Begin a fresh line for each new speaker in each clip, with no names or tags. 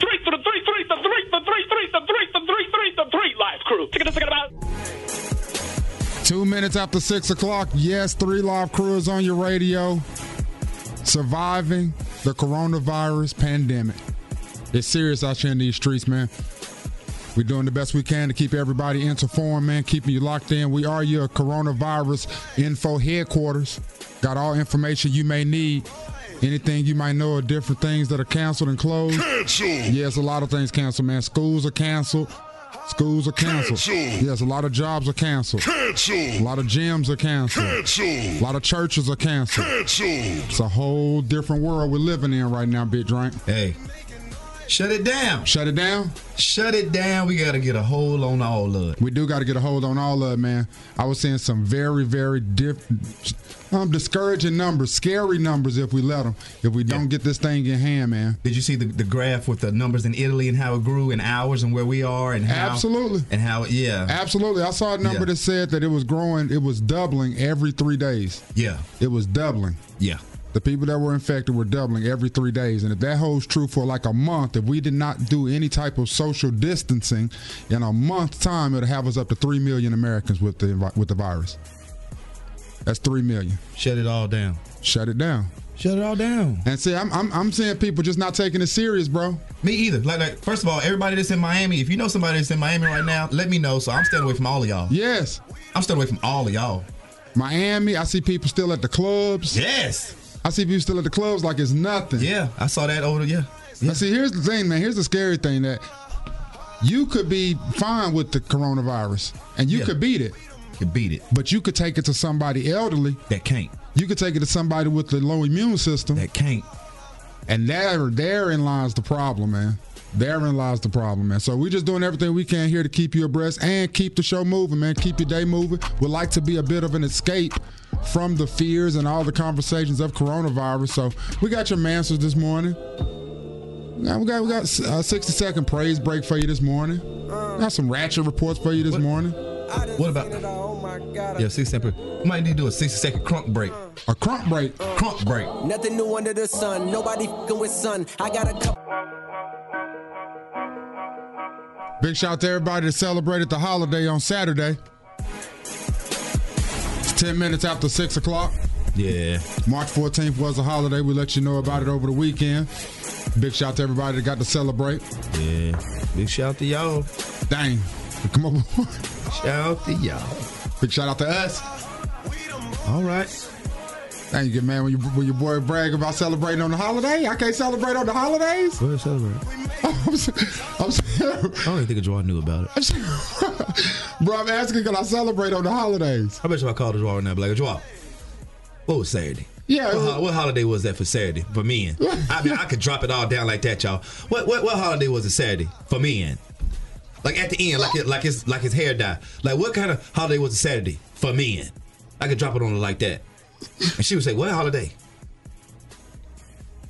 Three for the three, three for three for three, three for three for three, three for three, live crew. Ticket it, ticket about.
Two minutes after six o'clock. Yes, three live crew is on your radio. Surviving the coronavirus pandemic. It's serious out here in these streets, man. We're doing the best we can to keep everybody informed, man. Keeping you locked in. We are your coronavirus info headquarters. Got all information you may need. Anything you might know of different things that are canceled and closed.
Cancel.
Yes, a lot of things canceled, man. Schools are canceled. Schools are canceled.
Cancel.
Yes, a lot of jobs are canceled. A
Cancel.
lot of gyms are canceled. A
Cancel.
lot of churches are canceled.
Cancel.
It's a whole different world we're living in right now, Big Drink.
Hey, shut it down.
Shut it down.
Shut it down. We got to get a hold on all of it.
We do got to get a hold on all of it, man. I was seeing some very, very diff- um, discouraging numbers, scary numbers if we let them. If we don't get this thing in hand, man.
Did you see the, the graph with the numbers in Italy and how it grew in hours and where we are and how?
Absolutely.
And how, yeah.
Absolutely. I saw a number
Yeah.
that said that it was growing, it was doubling every three days.
yeah.
It was doubling.
Yeah.
The people that were infected were doubling every three days. And if that holds true for like a month, if we did not do any type of social distancing, in a month's time, it'll have us up to 3 million Americans with the, vi- with the virus. That's 3 million.
Shut it all down.
Shut it down.
Shut it all down.
And see, I'm, I'm, I'm seeing people just not taking it serious, bro.
Me either. Like, like, first of all, everybody that's in Miami, if you know somebody that's in Miami right now, let me know. So I'm staying away from all of y'all.
Yes.
I'm staying away from all of y'all.
Miami, I see people still at the clubs.
Yes.
I see people still at the clubs like it's nothing.
Yeah. I saw that over. Yeah.
Now, see, here's the thing, man. Here's the scary thing that you could be fine with the coronavirus and you
Yeah.
could beat it,
You beat it.
but you could take it to somebody elderly.
That can't.
You could take it to somebody with the low immune system.
That can't.
And there, therein lies the problem, man. Therein lies the problem, man. So we're just doing everything we can here to keep you abreast and keep the show moving, man. Keep your day moving. We'd like to be a bit of an escape from the fears and all the conversations of coronavirus. So we got your answers this morning. Now we got we got a 60 second praise break for you this morning. Got some ratchet reports for you this morning.
What about? Yeah, 60 second. We might need to do a 60 second crunk break.
A crump break.
Crunk break.
Nothing new under the sun. Nobody fing with sun. I got a couple.
Big shout out to everybody that celebrated the holiday on Saturday. It's 10 minutes after 6 o'clock.
Yeah.
March 14th was a holiday. We let you know about it over the weekend. Big shout out to everybody that got to celebrate.
Yeah. Big shout out to y'all.
Dang. Come on.
Shout out to y'all.
Big shout out to us.
All right.
Thank you, man. When, you, when your boy brag about celebrating on the holiday, I can't celebrate on the holidays.
We're celebrating.
I'm, so- I'm so-
I don't even think a Jordan knew about it.
bro, I'm asking, can I celebrate on the holidays?
I bet you if I called a Jordan now, I'd be like, Jordan, what was Saturday?
Yeah.
What, ho- what holiday was that for Saturday for men? I mean, I could drop it all down like that, y'all. What what, what holiday was it Saturday for men? Like at the end, like it, like his like his hair dye. Like what kind of holiday was it Saturday for men? I could drop it on her like that, and she would say, "What holiday?"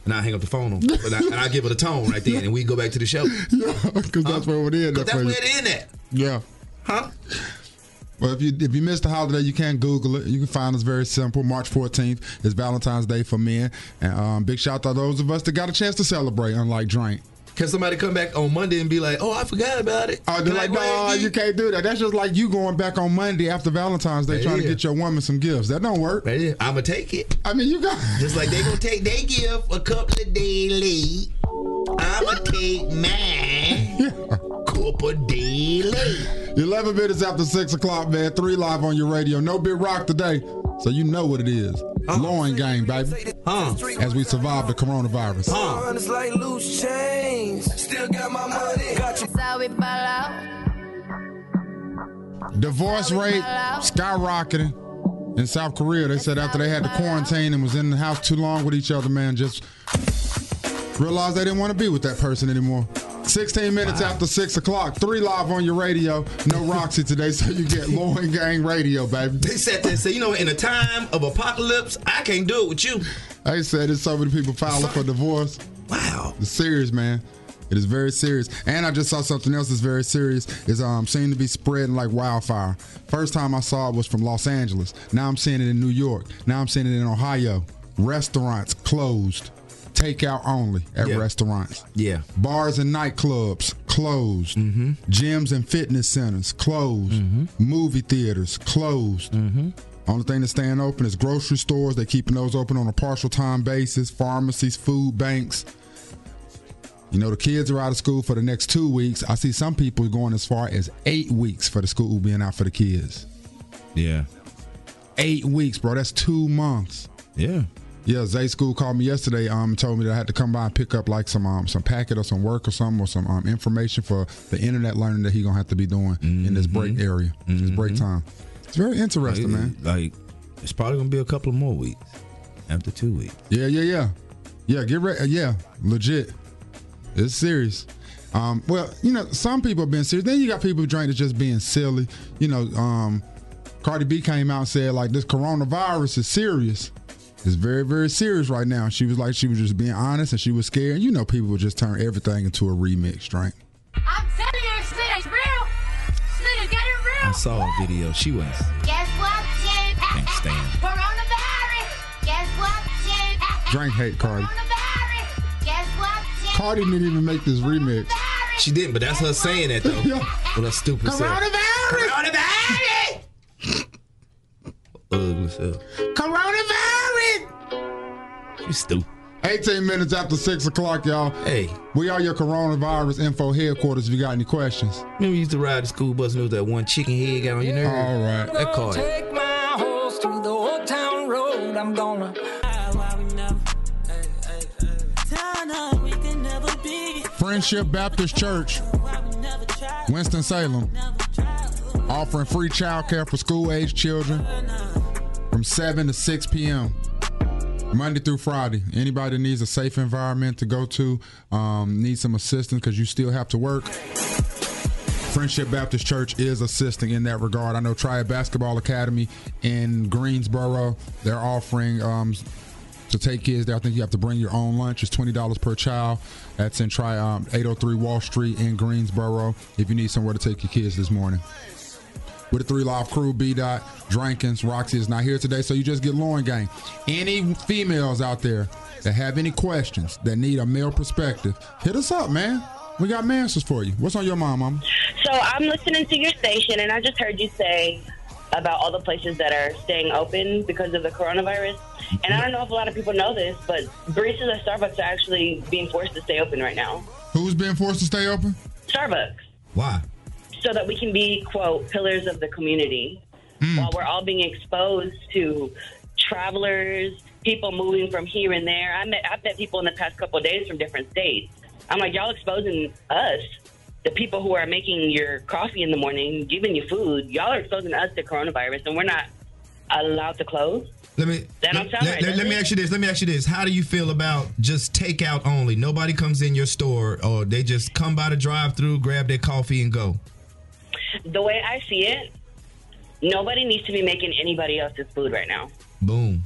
And I hang up the phone on, her, and I, and I give her the tone right then, and we go back to the show.
Yeah, because that's where it is.
Cause that's
where
where
you-
it in at,
Yeah.
huh?
Well, if you if you missed the holiday, you can Google it. You can find us very simple. March 14th is Valentine's Day for men. And um, big shout out to those of us that got a chance to celebrate, unlike Drake.
Can somebody come back on Monday and be like, "Oh, I forgot about it"?
Oh, they're
Can I
like,
go
no,
ahead and
you
eat?"
can't do that. That's just like you going back on Monday after Valentine's Day
Yeah.
trying to get your woman some gifts. That don't work.
Right here, I'ma take it.
I mean, you got.
Just like they gonna take they give a couple of days late. I'ma take mine. Super Daily.
11 minutes after 6 o'clock, man. 3 live on your radio. No big rock today, so you know what it is. Loin game, baby.
Huh?
As we survive the coronavirus.
Huh?
It's like loose change. Still got my money. Got you.
Divorce rate skyrocketing in South Korea. They said after they had to quarantine and was in the house too long with each other, man, just realized they didn't want to be with that person anymore. 16 minutes after 6 o'clock, 3 live on your radio. No Roxy today, so you get Loin Gang Radio, baby.
They said that. Say, you know, in a time of apocalypse, I can't do it with you.
They said there's so many people filing for divorce.
Wow.
It's serious, man. It is very serious. And I just saw something else that's very serious. Is um seemed to be spreading like wildfire. First time I saw it was from Los Angeles. Now I'm seeing it in New York. Now I'm seeing it in Ohio. Restaurants closed. Takeout only at
Yeah.
restaurants.
Yeah.
Bars and nightclubs closed. Gyms and fitness centers closed. Movie theaters closed. Only thing that's staying open is grocery stores. They're keeping those open on a partial time basis. Pharmacies, food banks. You know, the kids are out of school for the next two weeks. I see some people going as far as eight weeks for the school being out for the kids.
Yeah.
Eight weeks, bro. That's two months.
Yeah.
Yeah, Zay School called me yesterday. Um, told me that I had to come by and pick up like some um some packet or some work or some or some um information for the internet learning that he gonna have to be doing in
Mm-hmm.
this break area, this break time. It's very interesting, man.
Like, it's probably gonna be a couple of more weeks after two weeks.
Yeah, yeah, yeah, yeah. Get ready. Yeah, legit. It's serious. Um, well, you know, some people have been serious. Then you got people who drink that's just being silly. You know, um, Cardi B came out and said like this coronavirus is serious. It's very, very serious right now. She was like, she was just being honest and she was scared. You know, people would just turn everything into a remix, right?
I'm telling you, Slid is real. Slid is getting real.
I saw a video. She was.
Guess what, Jim?
Can't stand.
Coronavirus. Guess what, Jim?
Drink hate Cardi.
Coronavirus. Guess what, Jim?
Cardi didn't even make this remix.
She didn't, but that's her saying that though.
Yeah.
With her stupid self. Coronavirus. Ugly self.
Coronavirus.
You stupid.
18 minutes after six o'clock, y'all.
Hey,
We are your coronavirus info headquarters. If you got any questions,
remember you used to ride the school bus and it was that one chicken head got on your nerve?
all right.
That card.
Take my horse through the old town road. I'm gonna.
Friendship Baptist Church, Winston Salem, offering free childcare for school-age children from 7 to 6 p.m. Monday through Friday. Anybody that needs a safe environment to go to, um, needs some assistance because you still have to work. Friendship Baptist Church is assisting in that regard. I know Triad Basketball Academy in Greensboro, they're offering um, to take kids there. I think you have to bring your own lunch. It's twenty dollars per child. That's in Tri um, 803 Wall Street in Greensboro. If you need somewhere to take your kids this morning. With the three live crew, B Dot, Drankins, Roxy is not here today, so you just get Lauren Gang. Any females out there that have any questions that need a male perspective, hit us up, man. We got answers for you. What's on your mind, mama?
So I'm listening to your station, and I just heard you say about all the places that are staying open because of the coronavirus. And I don't know if a lot of people know this, but baristas at Starbucks are actually being forced to stay open right now.
Who's been forced to stay open?
Starbucks,
Why?
so that we can be quote pillars of the community
Hmm.
Hmm.
while we're all being exposed to travelers, people moving from here and there. I met I've met people in the past couple of days from different states. I'm like, y'all exposing us, the people who are making your coffee in the morning, giving you food. Y'all are exposing us to coronavirus, and we're not allowed to close.
Let me
That don't
let,
sound right,
let-
does
let me
it?
ask you this. Let me ask you this. How do you feel about just takeout only? Nobody comes in your store, or they just come by the drive-through, grab their coffee, and go.
The way I see it, nobody needs to be making anybody else's food right now.
Boom,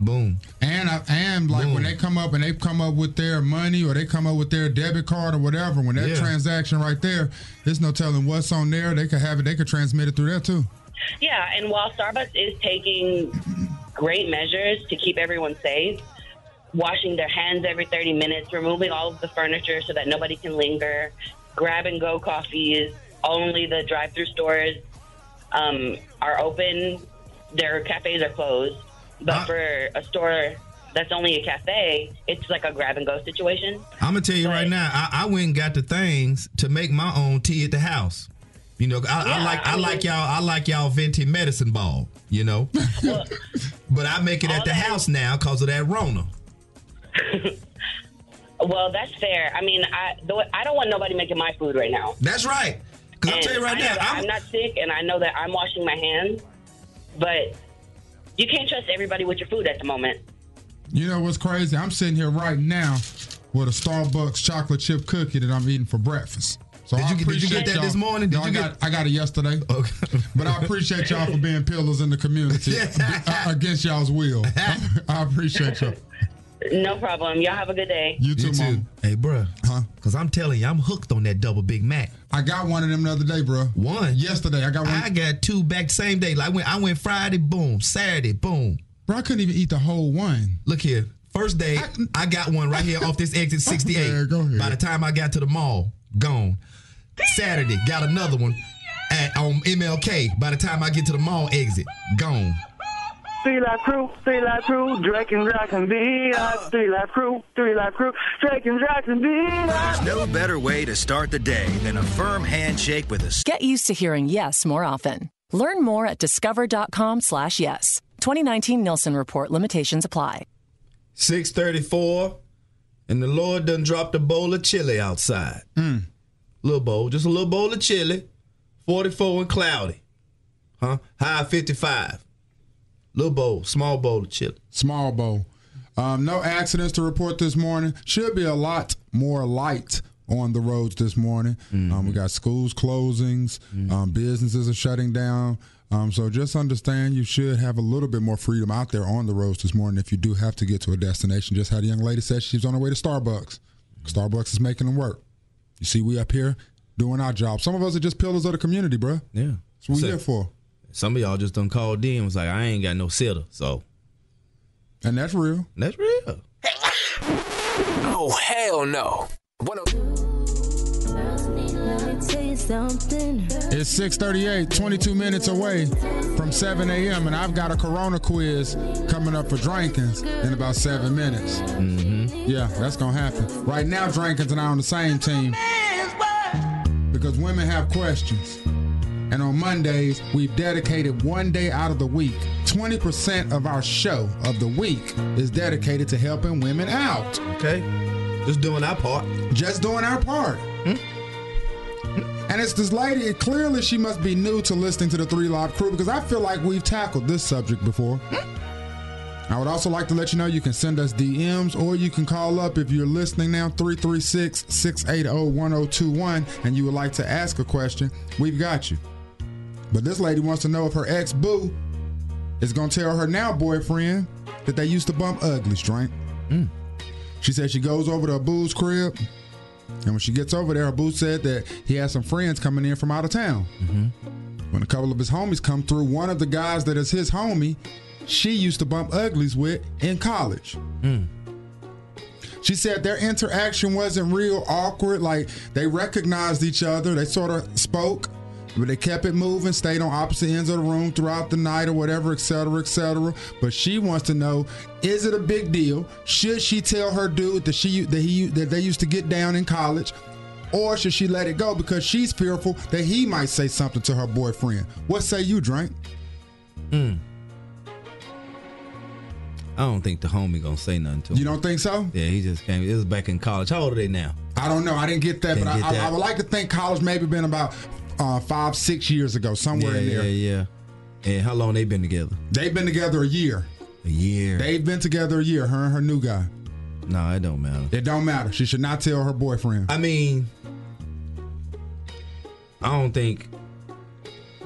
boom.
And I, and like
Mm.
when they come up and they come up with their money or they come up with their debit card or whatever, when that
Yeah.
transaction right there, there's no telling what's on there. They could have it. They could transmit it through there too.
Yeah, and while Starbucks is taking great measures to keep everyone safe, washing their hands every 30 minutes, removing all of the furniture so that nobody can linger, grab and go coffees, only the drive through stores um, are open, their cafes are closed. But
Uh-
for a store that's only a cafe, it's like a grab and go situation.
I'm gonna tell you right now, I, I went and got the things to make my own tea at the house. You know, I, I
Yeah,
like I
I
like
mean-
y'all I like y'all venti medicine ball. You know, but I make it at
all
the
that-
house now because of that Rona.
Well, that's fair. I mean, I though I don't want nobody making my food right now.
That's right. Because I'll
And
tell you right
I
now,
know that
I'm,
I'm not sick, and I know that I'm washing my hands, but you can't trust everybody with your food at the moment.
You know what's crazy? I'm sitting here right now with a Starbucks chocolate chip cookie that I'm eating for breakfast. So
Did
I
you get- did you get
appreciate
that
y'all.
this morning? Did
No,
you
I
get-
got, I got it yesterday.
Okay.
But I appreciate y'all for being pillars in the community uh, against y'all's will. I appreciate y'all.
No problem. Y'all have a good day.
You too, mom.
Hey, bruh.
Huh?
Because I'm telling you, I'm hooked on that double Big Mac.
I got one of them the other day, bro.
One.
Yesterday, I got one.
I got two back the same day. Like when I went Friday, boom. Saturday, boom.
bro, I couldn't even eat the whole one.
Look here. First day, I got one right here off this exit 68.
Yeah, go ahead.
By the time I got to the mall, gone. Saturday, got another one at on MLK. By the time I get to the mall exit, gone.
Three life crew, three life crew, Drake and Jacksonville. Three life crew, three life crew, Drake and Jacksonville.
No better way to start the day than a firm handshake with a
Get used to hearing yes more often. Learn more at discover.com slash yes. 2019 Nielsen Report limitations apply.
634, and the Lord done dropped a bowl of chili outside.
Hmm.
Little bowl, just a little bowl of chili. 44 and cloudy. Huh? High 55. Little bowl, small bowl of chili.
Small bowl. Um, no accidents to report this morning. Should be a lot more light on the roads this morning.
Mm-hmm.
Um, we got schools closings, um, businesses are shutting down. Um, so just understand you should have a little bit more freedom out there on the roads this morning if you do have to get to a destination. Just how the young lady said she's on her way to Starbucks. Starbucks is making them work. You see, we up here doing our job. Some of us are just pillars of the community, bruh.
Yeah.
That's what we here for.
Some of y'all just done called in and was like, I ain't got no sitter. So
And that's real.
that's real.
Oh, hell no. One oh-
It's 638, 22 minutes away from 7 a.m., and I've got a corona quiz coming up for Drankins in about seven minutes. Mm-hmm. Yeah, that's going to happen. Right now, Drankins and I are on the same team because women have questions. And on Mondays, we've dedicated one day out of the week. 20% of our show of the week is dedicated to helping women out.
Okay. Just doing our part. Hmm?
Just doing our part. And it's this lady, and clearly she must be new to listening to the Three Live Crew because I feel like we've tackled this subject before. I would also like to let you know you can send us DMs or you can call up if you're listening now 336 680 1021 and you would like to ask a question. We've got you. But this lady wants to know if her ex boo is going to tell her now boyfriend that they used to bump uglies, drink. She said she goes over to a boo's crib, and when she gets over there, her boo said that he has some friends coming in from out of town. When a couple of his homies come through, one of the guys that is his homie, she used to bump uglies with in college. She said their interaction wasn't real awkward. Like they recognized each other, they sort of spoke, but they kept it moving, stayed on opposite ends of the room throughout the night or whatever, et cetera, et cetera. But she wants to know: Is it a big deal? Should she tell her dude that she that he that they used to get down in college? Or should she let it go because she's fearful that he might say something to her boyfriend? What say you, Drake?
Hmm. I don't think the homie gonna say nothing to him.
You don't think so?
yeah, he just came. It was back in college. How old are they now?
I don't know. I didn't get that,
Didn't
but
get
I,
that.
I, I would like to think college maybe been about uh, five, six years ago, somewhere
yeah,
in there.
yeah, yeah. And how long they been together?
They've been together a year.
A year.
They've been together a year, her and her new guy.
no, it don't matter.
It don't matter. She should not tell her boyfriend.
I mean, I don't think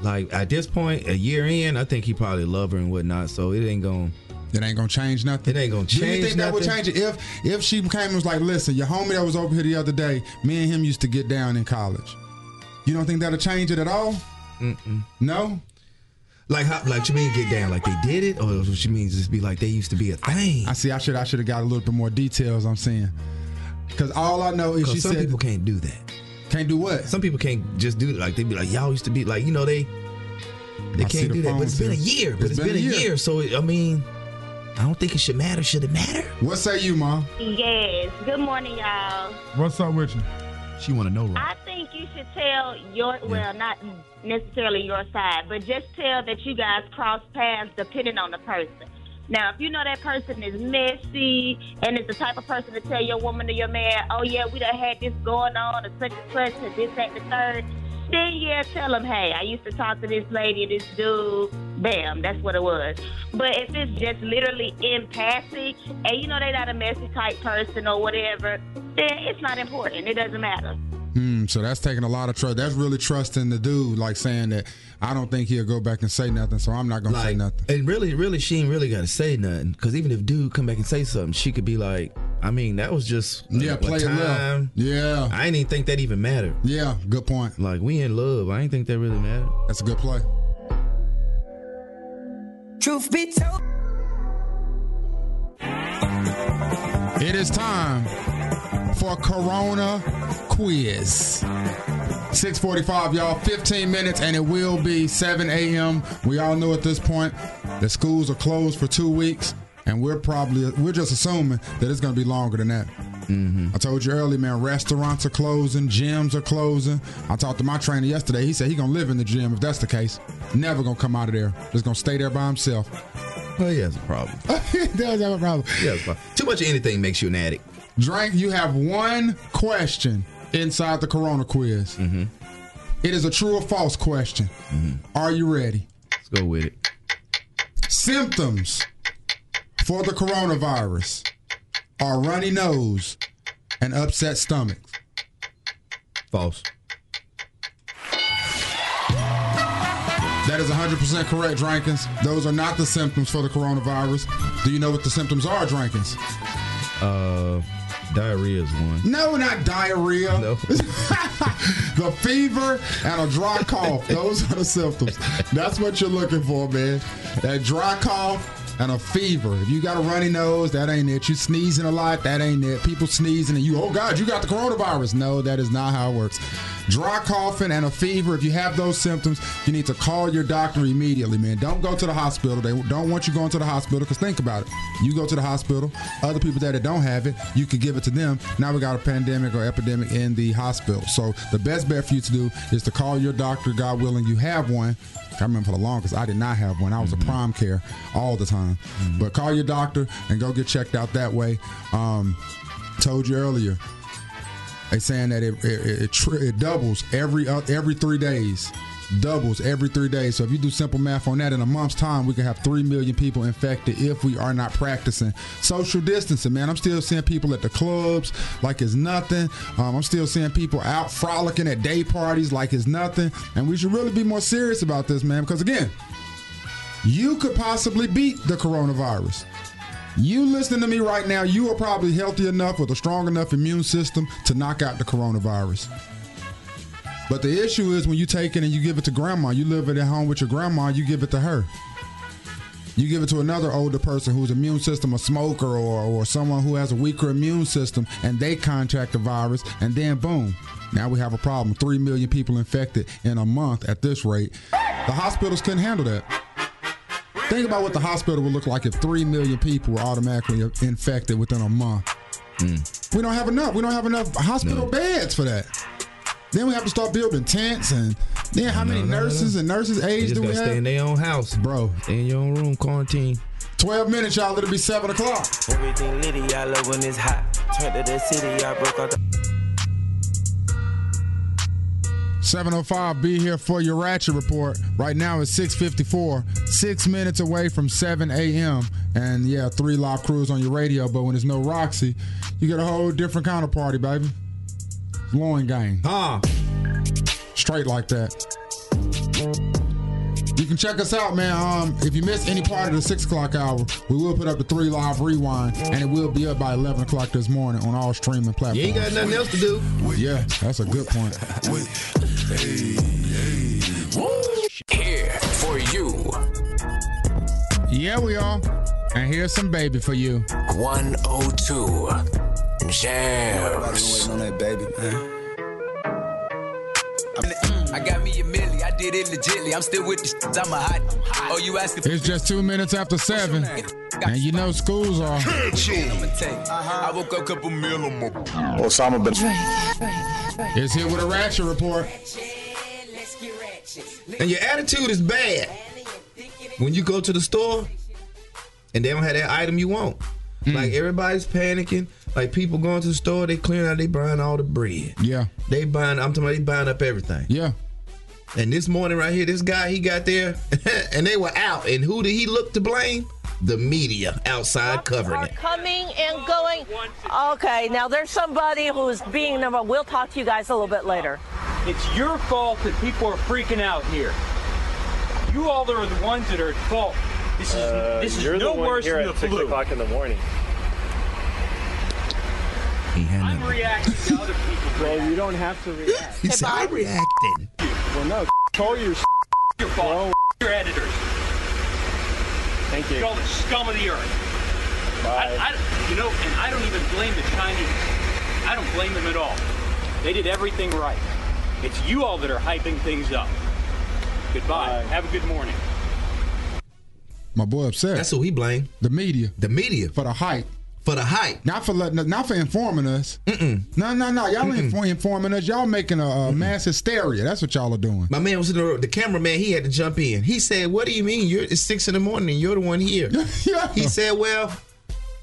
like at this point, a year in, I think he probably love her and whatnot. So it ain't going.
It ain't gonna change nothing.
It ain't gonna
Do you
change
think that would
nothing?
change it? If if she came and was like, listen, your homie that was over here the other day, me and him used to get down in college. You don't think that'll change it at all? Mm-mm. No?
Like how? Like you mean get down? Like they did it, or she means just be like they used to be a thing?
I see I should I should have got a little bit more details, I'm saying. Cause all I know is she
Because some
said
people can't do that.
can't do what?
Some people can't just do it. Like they be like y'all used to be like you know they they
I see
can't
the
do that. But it's
phones
been a
here.
year. But it's been, a year. So it, I mean, I don't think it should matter. Should it matter?
What say you, Mom?
Yes. Good morning, y'all.
What's up with you?
She want to know,
I think you should tell your well, not necessarily your side, but just tell that you guys cross paths depending on the person. Now, if you know that person is messy and is the type of person to tell your woman or your man, "Oh yeah, we done had this going on, and such and such, and this that, and the third, then yeah, tell them, "Hey, I used to talk to this lady and this dude." Bam, that's what it was. But if it's just literally in passing, and you know they not a messy type person or whatever, then it's not important. It doesn't matter.
Hmm. so that's taking a lot of trust. That's really trusting the dude, like saying that I don't think he'll go back and say nothing, so I'm not gonna say nothing.
And really, really, she ain't really got to say nothing. Because even if dude come back and say something, she could be like, I mean, that was just
Yeah,
a
play it left.
time.
Yeah.
I ain't even think that even mattered.
Yeah, good point.
Like we in love. I ain't think that really mattered.
That's a good play.
Truth be told.
It is time for Corona Quiz. 645, y'all. 15 minutes, and it will be 7 a.m. We all know at this point the schools are closed for two weeks, and we're probably, we're just assuming that it's going to be longer than that.
Mm-hmm.
I told you earlier, man, restaurants are closing, gyms are closing. I talked to my trainer yesterday. He said he going to live in the gym if that's the case. Never going to come out of there. Just going to stay there by himself.
Oh, yeah, it's a problem.
does have a problem.
Yeah, it's a problem. Too much of anything makes you an addict.
Drake, you have one question inside the Corona quiz.
Mm-hmm.
It is a true or false question. Are you ready?
Let's go with it.
Symptoms for the coronavirus are runny nose and upset stomach.
False.
That is 100% correct, Drankins. Those are not the symptoms for the coronavirus. Do you know what the symptoms are, Drankins?
Uh, diarrhea is one.
No, not diarrhea. the fever and a dry cough. Those are the symptoms. That's what you're looking for, man. That dry cough and a fever. If you got a runny nose, that ain't it. You sneezing a lot, that ain't it. People sneezing and you, oh God, you got the coronavirus. No, that is not how it works. Dry coughing and a fever. If you have those symptoms, you need to call your doctor immediately, man. Don't go to the hospital. They don't want you going to the hospital because think about it. You go to the hospital, other people that don't have it, you could give it to them. Now we got a pandemic or epidemic in the hospital. So the best bet for you to do is to call your doctor, God willing, you have one. I remember for the longest, I did not have one. I was a prime care all the time. But call your doctor and go get checked out that way. Um, told you earlier, they saying that it it, it, tri- it doubles every uh, every three days. Doubles every three days. So if you do simple math on that, in a month's time, we can have three million people infected if we are not practicing social distancing. Man, I'm still seeing people at the clubs like it's nothing. Um, I'm still seeing people out frolicking at day parties like it's nothing. And we should really be more serious about this, man. Because again, you could possibly beat the coronavirus. You listening to me right now, you are probably healthy enough with a strong enough immune system to knock out the coronavirus. But the issue is when you take it and you give it to grandma, you live it at home with your grandma, you give it to her. You give it to another older person whose immune system a smoker or, or someone who has a weaker immune system and they contract the virus and then boom. Now we have a problem. Three million people infected in a month at this rate. The hospitals couldn't handle that. Think about what the hospital would look like if three million people were automatically infected within a month.
Hmm.
We don't have enough. We don't have enough hospital beds for that. Then we have to start building tents, and then how many
no, no.
nurses and nurses'
They
aides
just
do we
gotta
have?
stay in their own house,
bro.
Stay in your own room, quarantine.
12 minutes, y'all. It'll be 7 o'clock.
Everything litty, I love when it's hot. Turn to the city, I broke out the.
705 be here for your ratchet report right now it's 654 six minutes away from 7 a.m and yeah three live crews on your radio but when there's no roxy you get a whole different kind of party baby loin gang
ah
straight like that you can check us out, man. Um, if you miss any part of the six o'clock hour, we will put up the three live rewind, and it will be up by eleven o'clock this morning on all streaming platforms.
You ain't got nothing else to do.
Yeah, that's a good point.
Here for you.
Yeah, we are. And here's some baby for you.
102. Jams.
I got me a milli, I
did it legitly. I'm still with the shits. I'm a hot. Oh, you asking
It's just two minutes after seven. And you know schools are.
Uh-huh.
I woke up couple mil on my.
Osama It's here with a ratchet report.
And your attitude is bad when you go to the store and they don't have that item you want. Like everybody's panicking. Like people going to the store, they clearing out, they buying all the bread.
Yeah.
They buying. I'm talking about they buying up everything.
Yeah.
And this morning right here, this guy he got there, and they were out. And who did he look to blame? The media outside covering
are
it.
coming and going. Okay, now there's somebody who's being number. We'll talk to you guys a little bit later.
It's your fault that people are freaking out here. You all are the ones that are at fault. This is
Uh,
this is
you're
no
the one
worse
here
than
at
the
six
flu.
o'clock in the morning.
I'm reacting to other people.
Well, you don't have to react.
He said, "I'm
reacting."
Well, no, call your
Your fault. Your editors.
Thank you.
You're all the scum of the earth. I, I- you know, and I don't even blame the Chinese. I don't blame them at all. They did everything right. It's you all that are hyping things up. Goodbye. Have a good morning.
My boy upset. That's
who he blamed.
The media.
The media.
For the hype.
For the hype.
Not for letting us- not for informing us. Mm-mm. No, no, no. Y'all ain't for informing us. Y'all making a, a mass hysteria. That's what y'all are doing.
My man was in the road. The cameraman, he had to jump in. He said, What do you mean? You're it's six in the morning and you're the one here. He said, Well,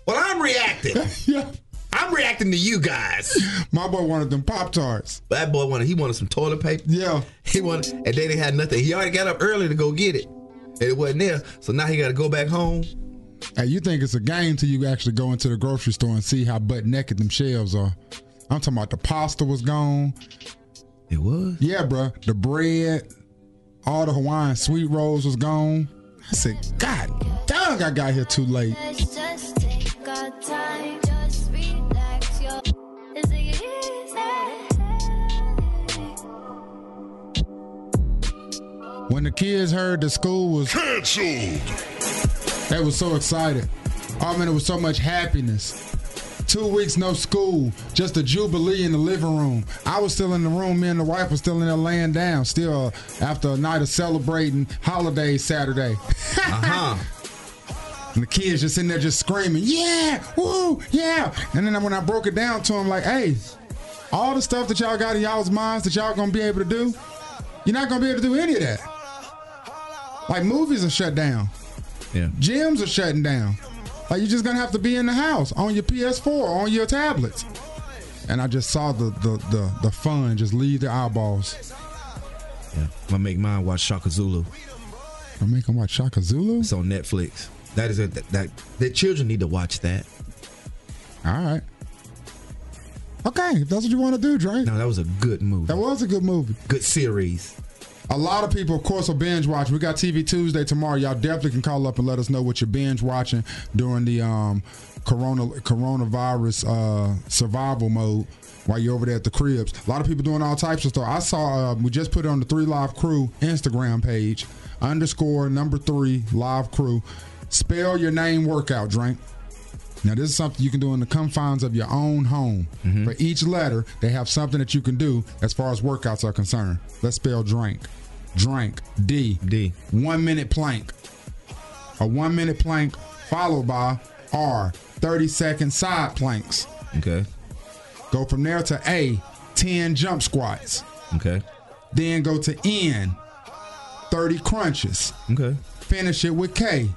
well, I'm reacting. I'm reacting to you guys.
My boy wanted them Pop Tarts.
That boy wanted he wanted some toilet paper.
Yeah.
He wanted and they didn't have nothing. He already got up early to go get it. And it wasn't there. So now he gotta go back home.
Hey, you think it's a game till you actually go into the grocery store and see how butt naked them shelves are. I'm talking about the pasta was gone.
It was?
Yeah, bruh. The bread, all the Hawaiian sweet rolls was gone. I said, God dang, I got here too late.
Let's just take our time, just relax. Yo, it's easy.
When the kids heard the school was canceled, they were so excited. Oh man, it was so much happiness. Two weeks no school, just a jubilee in the living room. I was still in the room. Me and the wife was still in there laying down, still uh, after a night of celebrating holiday Saturday.
Uh-huh.
And the kids just in there just screaming, yeah, woo, yeah. And then when I broke it down to them, like, hey, all the stuff that y'all got in y'all's minds that y'all gonna be able to do, you're not gonna be able to do any of that. Like movies are shut down.
Yeah.
Gyms are shutting down. Like you're just gonna have to be in the house on your PS4, on your tablets. And I just saw the the the, the fun just leave their eyeballs.
Yeah. I make mine watch Shaka Zulu.
I make them watch Shaka Zulu.
It's on Netflix. That is a, that, that the children need to watch that.
All right. Okay, if that's what you want to do, Drake.
No, that was a good movie. That
was a good movie.
Good series.
A lot of people, of course, will binge watch. We got TV Tuesday tomorrow. Y'all definitely can call up and let us know what you're binge watching during the um, corona coronavirus uh, survival mode while you're over there at the cribs. A lot of people doing all types of stuff. I saw uh, we just put it on the Three Live Crew Instagram page underscore number three live crew. Spell your name workout, drink. Now, this is something you can do in the confines of your own home.
Mm-hmm.
For each letter, they have something that you can do as far as workouts are concerned. Let's spell drink. Drink. D.
D.
One minute plank. A one minute plank followed by R. 30 second side planks.
Okay.
Go from there to A. 10 jump squats.
Okay.
Then go to N. 30 crunches.
Okay.
Finish it with K.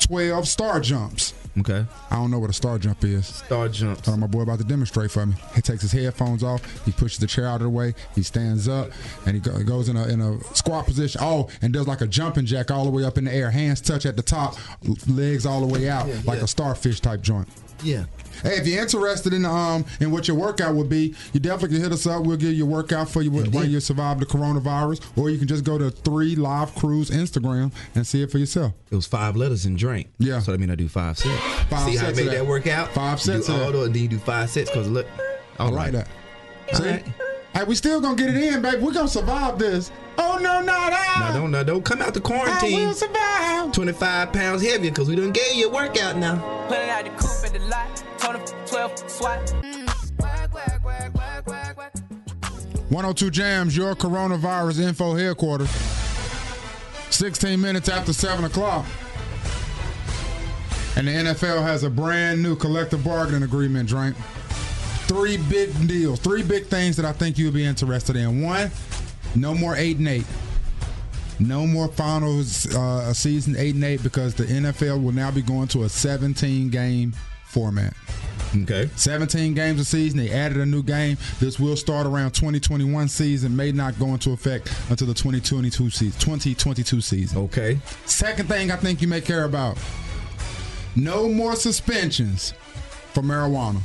12 star jumps.
Okay.
I don't know what a star jump is. Star
jump.
Told my boy about to demonstrate for me. He takes his headphones off. He pushes the chair out of the way. He stands up and he go- goes in a in a squat position. Oh, and does like a jumping jack all the way up in the air. Hands touch at the top, l- legs all the way out
Yeah,
like
yeah.
a starfish type joint.
Yeah.
Hey, if you're interested in um in what your workout would be, you definitely can hit us up. We'll give you a workout for you while you survive the coronavirus, or you can just go to Three Live Crews Instagram and see it for yourself.
It was five letters and drink. Yeah. So that mean I do five sets.
Five
See how I
sets
made
of
that.
that.
work out?
Five
You
sets
Do
of
all
that.
those, then you do five sets because look. All right.
that. See? Hey, we still gonna get it in, baby. We're gonna survive this. Oh no, not I.
Now don't now don't come out the quarantine.
I will survive.
Twenty five pounds heavier because we done gave you a workout now.
Planted out the coop at the
Mm.
lot. Told him 12 swat.
102 Jams, your coronavirus info headquarters. 16 minutes after 7 o'clock. And the NFL has a brand new collective bargaining agreement, Drink. Three big deals, three big things that I think you'll be interested in. One, no more 8 and 8. No more finals uh, season 8 and 8 because the NFL will now be going to a 17 game format.
Okay.
17 games a season. They added a new game. This will start around 2021 season. May not go into effect until the 2022 season. 2022 season.
Okay.
Second thing I think you may care about: no more suspensions for marijuana.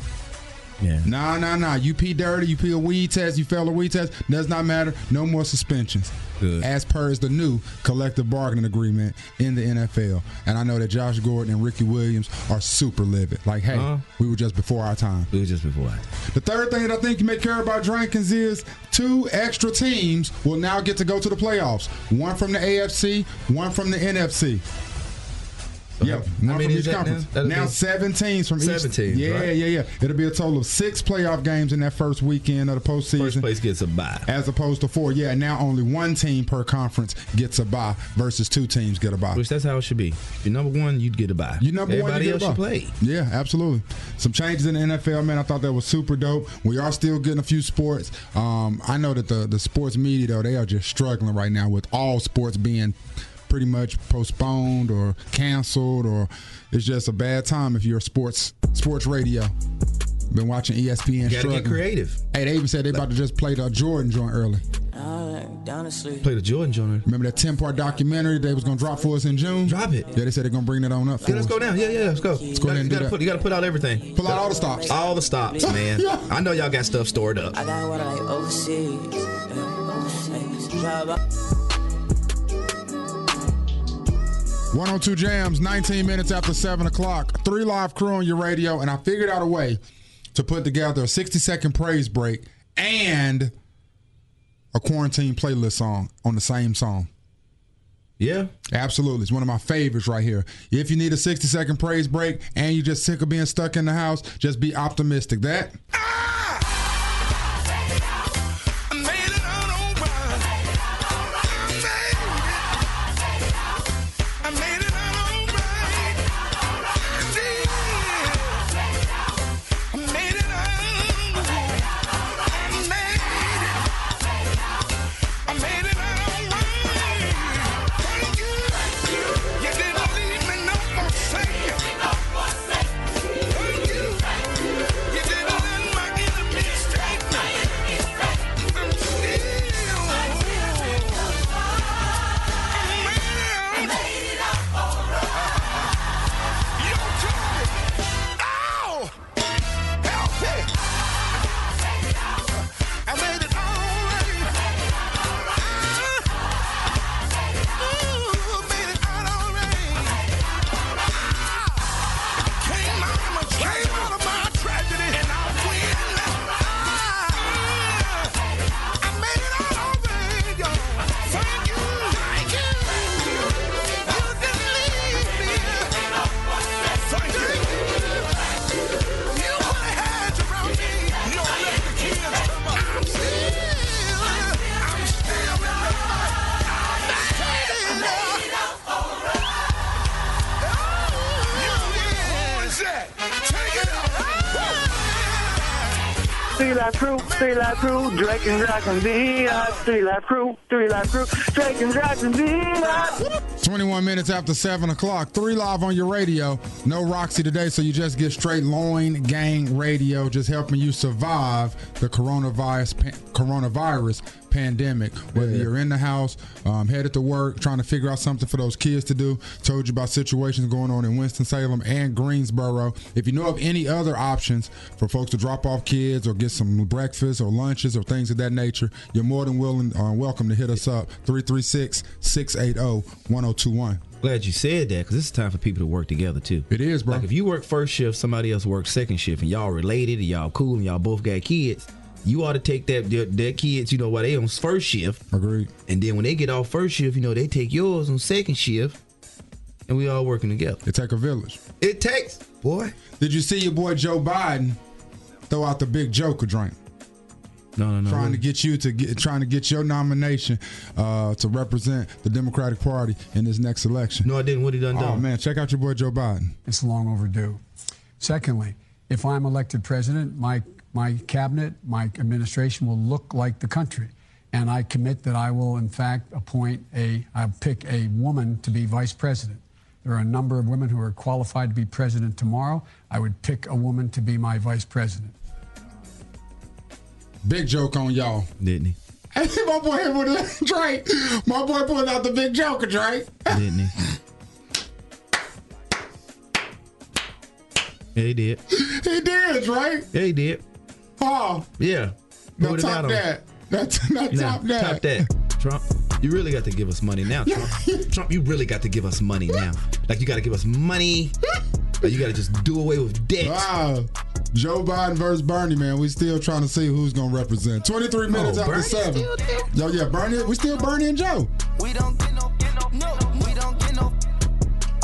Yeah.
Nah, nah, nah. You pee dirty. You pee a weed test. You fail a weed test. Does not matter. No more suspensions.
Good.
As per is the new collective bargaining agreement in the NFL, and I know that Josh Gordon and Ricky Williams are super livid. Like, hey,
Uh-huh.
we were just before our time.
It was just before. I-
The third thing that I think you may care about, Drankins, is two extra teams will now get to go to the playoffs. One from the AFC, one from the NFC.
how
yep, one
many
from
is
each
that now?
conference. Now,
That'll be-
seven teams from each.
Seven teams,
Yeah,
right?
yeah, yeah. It'll be a total of six playoff games in that first weekend of the postseason. First
place gets a bye.
As opposed to four. Yeah, now only one team per conference gets a bye versus two teams get a bye.
Which that's how it should be. If you're number one, you'd get a bye.
You number
Everybody
one, you get
else
a bye.
should play.
Yeah, absolutely. Some changes in the NFL, man. I thought that was super dope. We are still getting a few sports. Um, I know that the the sports media though they are just struggling right now with all sports being pretty much postponed or canceled, or it's just a bad time if you're a sports sports radio. Been watching E ESPN.
Gotta get
struggling.
creative.
Hey, they even said they about to just play the Jordan joint early.
Play the Jordan joint.
Remember that ten part documentary they was gonna drop for us in June?
Drop it.
Yeah, they said they're gonna bring that on up. For
Yeah, let's
us.
go now. Yeah, yeah, let's go.
go ahead
you,
and do
gotta
that.
put, you gotta put out everything.
Pull out all the stops.
All the stops, man.
Yeah.
I know y'all got stuff stored up.
I got what I like overseas. Drive up.
102 Jams, 19 minutes after 7 o'clock. Three live crew on your radio, and I figured out a way to put together a 60 second praise break and a quarantine playlist song on the same song.
Yeah.
Absolutely. It's one of my favorites right here. If you need a 60 second praise break and you're just sick of being stuck in the house, just be optimistic. That
Three live crew, three live crew, Drake and Rock and V. Three live crew, three live crew, Drake and Rock and V.
21 minutes after 7 o'clock, 3 live on your radio. No Roxy today, so you just get straight loin gang radio, just helping you survive the coronavirus pa- coronavirus pandemic. Whether you're in the house, um, headed to work, trying to figure out something for those kids to do. Told you about situations going on in Winston-Salem and Greensboro. If you know of any other options for folks to drop off kids or get some breakfast or lunches or things of that nature, you're more than willing, uh, welcome to hit us up 336 680 1021.
Glad you said that because it's time for people to work together too.
It is, bro.
Like if you work first shift, somebody else works second shift, and y'all related, and y'all cool, and y'all both got kids. You ought to take that their, their kids, you know, while they on first shift.
Agreed.
And then when they get off first shift, you know, they take yours on second shift, and we all working together.
It take a village.
It takes boy.
Did you see your boy Joe Biden throw out the big Joker drink?
No, no, no.
trying to get you to get trying to get your nomination uh, to represent the Democratic Party in this next election.
No, I didn't. What he done
Oh
done?
man, check out your boy Joe Biden.
It's long overdue. Secondly, if I'm elected president, my my cabinet, my administration will look like the country. And I commit that I will, in fact, appoint a, I'll pick a woman to be vice president. There are a number of women who are qualified to be president tomorrow. I would pick a woman to be my vice president.
Big joke on y'all.
Didn't he?
Hey, my boy here with a Drake. My boy pulling out the big joker, Drake.
Didn't he? yeah, he did.
He did, Drake.
Yeah, he did.
Oh,
Yeah.
now
Put it out
top
on-
that. That's not
Nah,
top that.
Top that. Trump, you really got to give us money now, Trump. Trump, you really got to give us money now. Like, you got to give us money. Like, you got to just do away with debt.
Wow. Joe Biden versus Bernie, man. We still trying to see who's gonna represent. 23 minutes
Oh,
after
Bernie's
seven. Yo, yeah, Bernie. We still Bernie and Joe.
We don't get no, get no, no, we don't get no.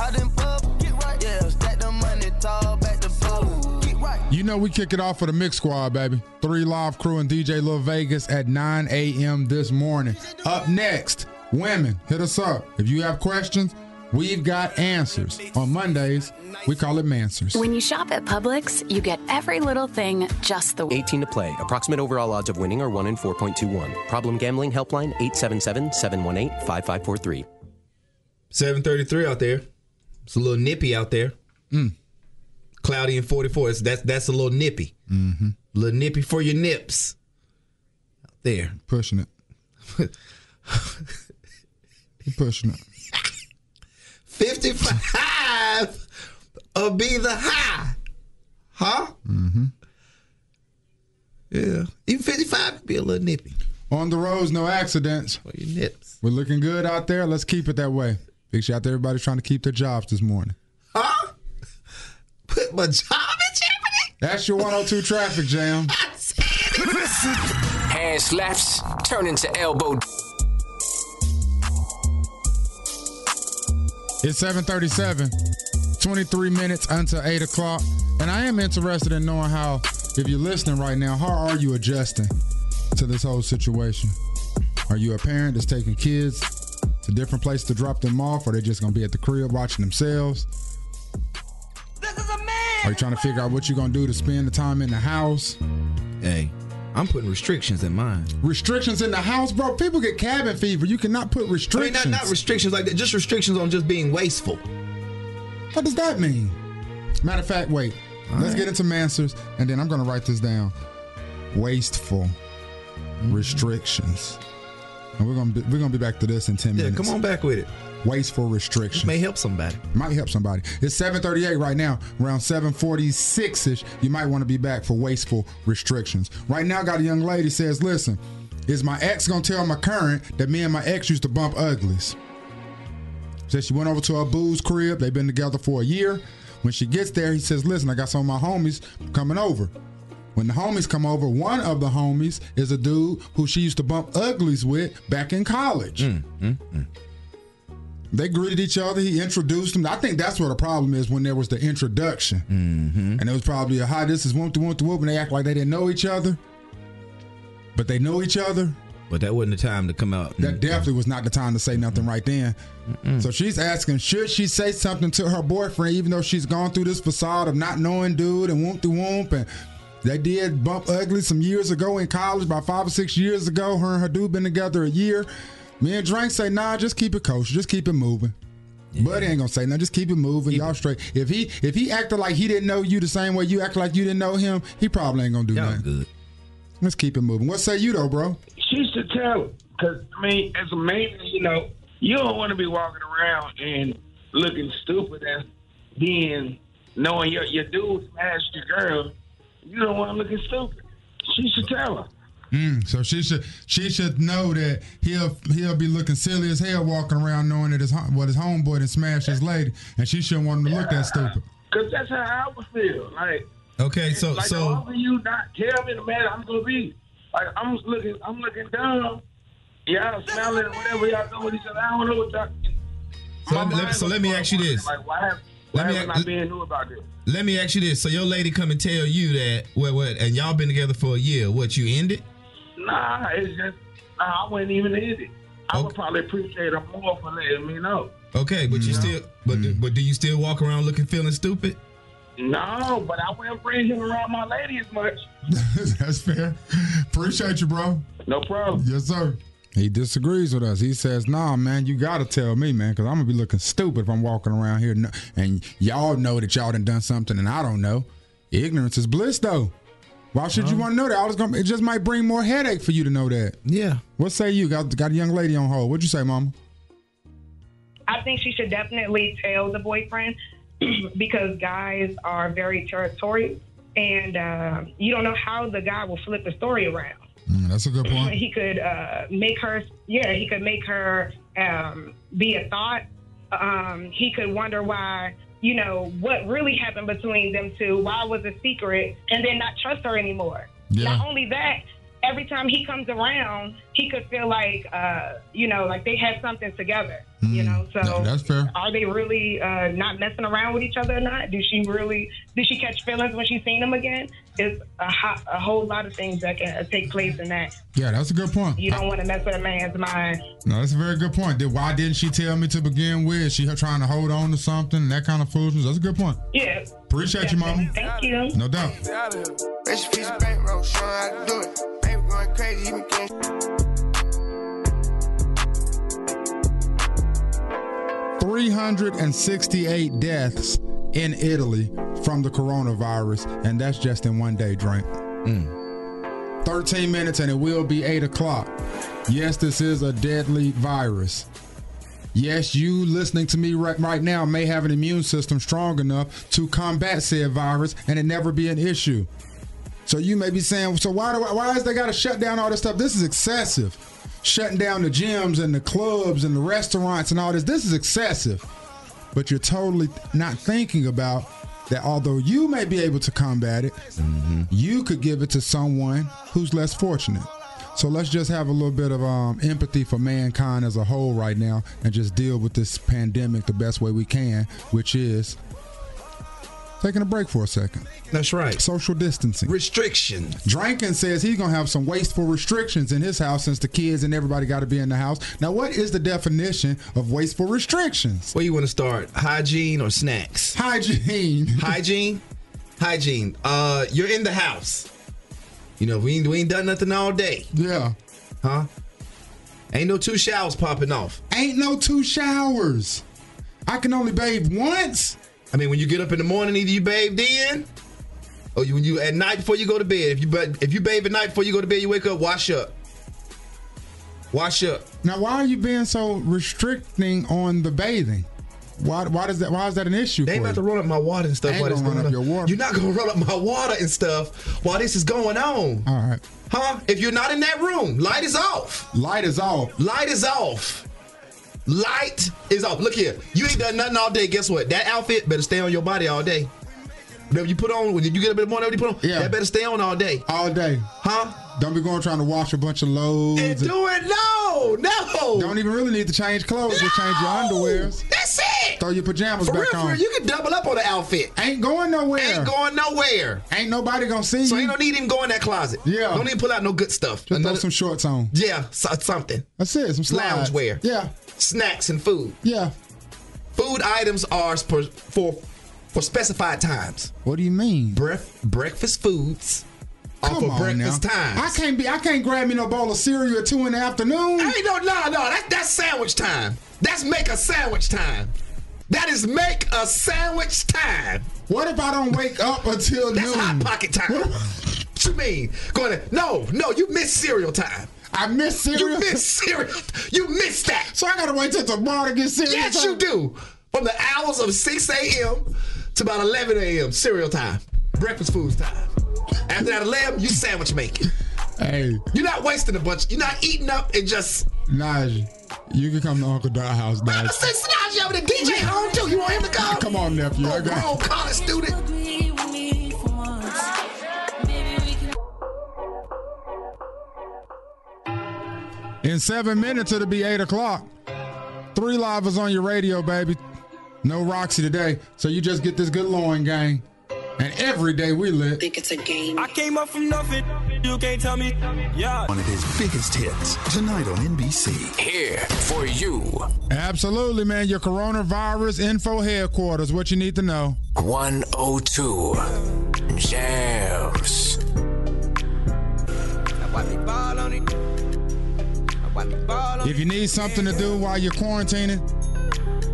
I done pub, get right, yeah. Stack the money, tall back the blue. Get right.
You know we kick it off with a mix squad, baby. Three live crew and DJ Lil Vegas at 9 a.m. this morning. Up next, women, hit us up. If you have questions, we've got answers. On Mondays, we call it Mansers.
When you shop at Publix, you get every little thing just the
18 to play. Approximate overall odds of winning are 1 in 4.21. Problem gambling helpline 877 718 5543.
733 out there. It's a little nippy out there.
Mm.
Cloudy and 44. It's, that's that's a little nippy.
Mm-hmm.
little nippy for your nips. Out there.
Pushing it. you pushing it.
55 will be the high. Huh?
Mm-hmm.
Yeah. Even 55 could be a little nippy.
On the roads, no accidents.
For your nips.
We're looking good out there. Let's keep it that way. Big shout out to everybody trying to keep their jobs this morning.
Huh? Put my job in jeopardy?
That's your 102 traffic jam.
Hand slaps turn into elbow.
It's 737, 23 minutes until 8 o'clock. And I am interested in knowing how, if you're listening right now, how are you adjusting to this whole situation? Are you a parent that's taking kids to different places to drop them off? Or are they just going to be at the crib watching themselves? Are you trying to figure out what you're going to do to spend the time in the house?
Hey, I'm putting restrictions in mine.
Restrictions in the house, bro. People get cabin fever. You cannot put
I mean,
restrictions.
not, not restrictions like that, just restrictions on just being wasteful.
What does that mean? Matter of fact, wait. Let's
right.
get into Mansers, and then I'm going to write this down. Wasteful
Mm-hmm.
restrictions, and we're going to we're going to be back to this in ten
Yeah,
minutes.
come on back with it.
Wasteful restrictions
May help somebody.
might help somebody. It's 7:38 right now, around 7:46 ish. You might want to be back for wasteful restrictions. Right now, I got a young lady says, "Listen, is my ex gonna tell my current that me and my ex used to bump uglies?" Says she went over to her boo's crib. They've been together for a year. When she gets there, he says, "Listen, I got some of my homies coming over." When the homies come over, one of the homies is a dude who she used to bump uglies with back in college. mm, They greeted each other. He introduced them. I think that's where the problem is when there was the introduction. Mm-hmm. And it was probably a hi, this is whoop to whoop to whoop. And they act like they didn't know each other. But they know each other.
But that wasn't the time to come out.
That definitely was not the time to say nothing right then. So she's asking, should she say something to her boyfriend, even though she's gone through this facade of not knowing dude and whoop to whoop and they did bump ugly some years ago in college, about five or six years ago. Her and her dude been together a year. Me and Drake say, nah, just keep it kosher, just keep it moving. Buddy ain't gonna say nothing. Just keep it moving. Y'all straight. If he if he acted like he didn't know you the same way you act like you didn't know him, he probably ain't gonna do nothing.
good.
Let's keep it moving. What say you though, bro?
She should tell him. Because, I mean, as a man, you know, you don't want to be walking around and looking stupid and then knowing your, your dude smashed your girl. You don't want him looking stupid. She should tell him.
Mm, so she should she should know that he'll he'll be looking silly as hell walking around knowing that his hom- what his homeboy done smashed his lady, and she shouldn't want him to look that stupid.
Because that's how I would feel. Like,
Okay, so
like,
so
how can you not tell me the man I'm going to be? Like, I'm looking, I'm looking dumb. Y'all smiling or whatever y'all doing with each other. I don't know what y'all.
So let me- let me- so let me ask you this.
Like, why, have,
Let
why
me
am
ask-
I being new about this?
let me ask you this: So your lady come and tell you that what what, and y'all been together for a year. What you ended?
Nah, it's just nah, I wouldn't even hit it. I would probably appreciate her more for letting me know.
Okay, but you still, but do, but do you still walk around looking feeling stupid?
No, but I wouldn't bring him around my lady as much.
That's fair. Appreciate you, bro.
No problem.
Yes, sir. He disagrees with us. He says, "Nah, man, you gotta tell me, man, because I'm gonna be looking stupid if I'm walking around here kn- and y'all know that y'all done done something and I don't know. Ignorance is bliss, though. Why should you want to know that? I was gonna. It just might bring more headache for you to know that. Yeah. What say you? Got got a young lady on hold. What'd you say, Mama?
I think she should definitely tell the boyfriend because guys are very territorial, and uh, you don't know how the guy will flip the story around.
Mm, that's a good point.
He could uh, make her, yeah, he could make her um, be a thought. Um, he could wonder why, you know, what really happened between them two, why it was a secret, and then not trust her anymore.
Yeah.
Not only that, every time he comes around, he could feel like, uh, you know, like they had something together. You know, so
That- that's fair.
Are they really uh, not messing around with each other or not? Did she really? Did she catch feelings when she seen him again? It's a, ho- a whole lot of things that can uh, take place in that.
Yeah, that's a good point.
You don't want to mess with a man's mind.
No, that's a very good point. Then why didn't she tell me to begin with? Is she trying to hold on to something? That kind of foolishness. That's a good point.
Yeah.
Appreciate you, Mama.
Thank you.
No doubt.
Rich piece of bankroll, showing how to do it. Baby going crazy, even can't.
Three hundred and sixty-eight deaths in Italy from the coronavirus, and that's just in one day. Drink. Thirteen minutes, and it will be eight o'clock. Yes, this is a deadly virus. Yes, you listening to me right, right now may have an immune system strong enough to combat said virus and it never be an issue. So you may be saying, so why do I, why is they got to shut down all this stuff? This is excessive. Shutting down the gyms and the clubs and the restaurants and all this. This is excessive. But you're totally not thinking about that although you may be able to combat it, you could give it to someone who's less fortunate. So let's just have a little bit of um, empathy for mankind as a whole right now and just deal with this pandemic the best way we can, which is taking a break for a second.
That's right.
Social distancing.
Restrictions.
Drinking says he's going to have some wasteful restrictions in his house since the kids and everybody got to be in the house. Now, what is the definition of wasteful restrictions?
Where you want to start? Hygiene or snacks?
Hygiene.
Hygiene. Hygiene. Uh, you're in the house. You know, we ain't we ain't done nothing all day.
Yeah.
Huh? Ain't no two showers popping off.
Ain't no two showers. I can only bathe once.
I mean, when you get up in the morning, either you bathe then, or you, when you at night before you go to bed. If you but if you bathe at night before you go to bed, you wake up, wash up, wash up.
Now, why are you being so restricting on the bathing? Why, why does that? Why is that an issue?
They
for
about to
you?
run up my water and stuff.
They
while
gonna
this
run
going
up
on.
your water.
You're not gonna run up my water and stuff while this is going on,
All right.
huh? If you're not in that room, light is off.
Light is off.
Light is off. Light is off. Look here, you ain't done nothing all day. Guess what? That outfit better stay on your body all day. Whatever you put on, when you get up in the morning, whatever you put on,
Yeah.
that better stay on all day,
All day.
huh?
Don't be going trying to wash a bunch of loads.
And do it. No, no.
Don't even really need to change clothes. Just change your underwears.
That's it.
Throw your pajamas
For real,
back
for
on.
real, you can double up on the outfit.
ain't going nowhere.
Ain't going nowhere.
Ain't nobody gonna see
So
you.
you don't need even go in that closet.
Yeah.
Don't even pull out no good stuff.
Just throw
Another-
some shorts on.
yeah, so, something.
That's it. Some slides.
Loungewear.
Yeah.
Snacks and food.
Yeah.
Food items are for for, for specified times.
What do you mean?
Bref, breakfast foods are
Come
for
on
breakfast
now.
times.
I can't be. I can't grab me no bowl of cereal at two in the afternoon.
Ain't no, no, no. That, that's sandwich time. That's make a sandwich time. That is make a sandwich time.
What if I don't wake up until
That's hot
noon?
pocket time. what you mean? Going to, no, no, you miss cereal time.
I miss cereal.
You miss cereal. You miss that.
So I gotta wait till tomorrow to get cereal.
Yes, you do. From the hours of 6 a.m. to about 11 a.m. cereal time, breakfast foods time. After that 11, you sandwich making.
Hey,
You're not wasting a bunch. You're not eating up and just.
Naj, you can come to Uncle Dot house, Naj.
Since Najee over there, DJ home too. You want him to come?
Come on, nephew. I
Grown
got.
college student.
Agree with me for once. Maybe we can
In seven minutes, it'll be eight o'clock. Three live is on your radio, baby. No Roxy today, so you just get this good loin gang. And every day we lit.
Think it's a game. I came up from nothing.
you can't tell me. Yeah.
One of his biggest hits tonight on NBC. Here for you.
Absolutely, man. Your coronavirus info headquarters. What you need to know.
102 Jams.
If you need something to do while you're quarantining,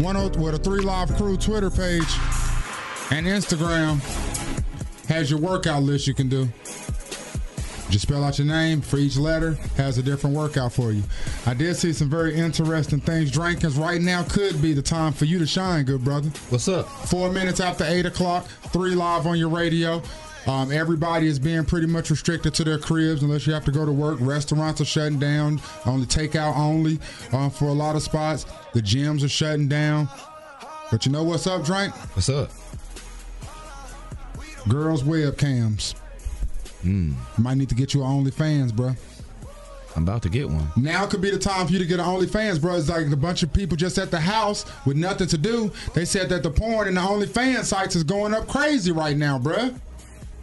103 with a Three Live Crew Twitter page and Instagram has your workout list you can do. Just spell out your name for each letter, has a different workout for you. I did see some very interesting things. Drinkings right now could be the time for you to shine, good brother.
What's up?
Four minutes after eight o'clock, three live on your radio. Um, everybody is being pretty much restricted to their cribs unless you have to go to work. Restaurants are shutting down, only takeout only uh, for a lot of spots. The gyms are shutting down. But you know what's up, Drake?
What's up?
Girls' webcams.
Mm.
Might need to get you an OnlyFans, bruh.
I'm about to get one.
Now could be the time for you to get an OnlyFans, bro. It's like a bunch of people just at the house with nothing to do. They said that the porn and the OnlyFans sites is going up crazy right now, bruh.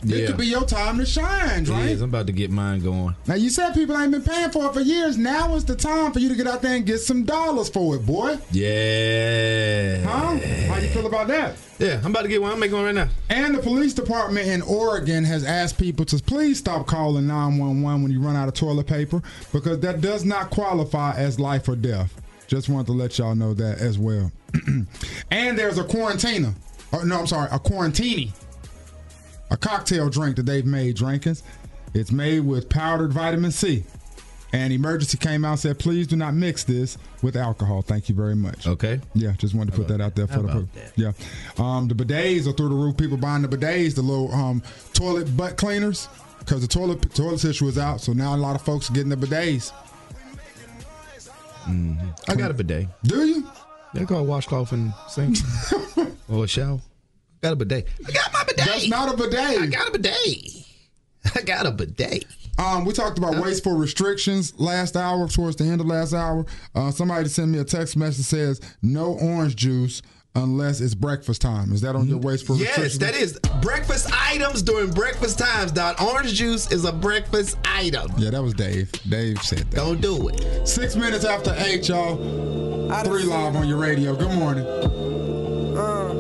It
Yeah.
could be your time to shine,
It
right?
is. I'm about to get mine going.
Now you said people ain't been paying for it for years. Now is the time for you to get out there and get some dollars for it, boy.
Yeah.
Huh? How you feel about that?
Yeah, I'm about to get one. I'm making one right now.
And the police department in Oregon has asked people to please stop calling 911 when you run out of toilet paper because that does not qualify as life or death. Just wanted to let y'all know that as well. and there's a quarantiner. Oh, no, I'm sorry, a quarantini. A cocktail drink that they've made, drinkers. It's made with powdered vitamin C. And emergency came out and said, please do not mix this with alcohol. Thank you very much.
Okay.
Yeah, just wanted to put that out there for
How
the
about
people. Yeah. Um, the bidets are through the roof. People buying the bidets, the little um, toilet butt cleaners, because the toilet toilet tissue is out. So now a lot of folks are getting the bidets.
Mm-hmm. I got a bidet.
Do you?
They call a washcloth and sink or a shower. Got a bidet. I got my bidet.
That's not a bidet.
I got a bidet. I got a bidet.
Um, we talked about wasteful restrictions last hour, towards the end of last hour. Uh, somebody sent me a text message that says, no orange juice unless it's breakfast time. Is that on your wasteful
Yes,
restrictions?
that is breakfast items during breakfast times. Dot orange juice is a breakfast item.
Yeah, that was Dave. Dave said that.
Don't do it.
Six minutes after eight, y'all. Three live on your radio. Good morning.
Uh.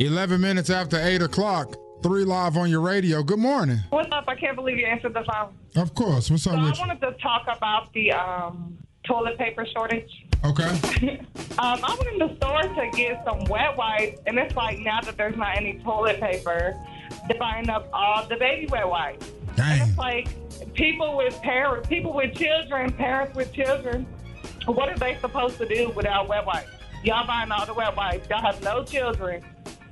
Eleven minutes after eight o'clock. Three live on your radio. Good morning.
What's up? I can't believe you answered the phone.
Of course. What's
So
up
I
with you?
wanted to talk about the um, toilet paper shortage.
Okay.
Um, I went in the store to get some wet wipes, and it's like now that there's not any toilet paper, they're buying up all the baby wet wipes. And it's like people with parents, people with children, parents with children. What are they supposed to do without wet wipes? Y'all buying all the wet wipes. Y'all have no children,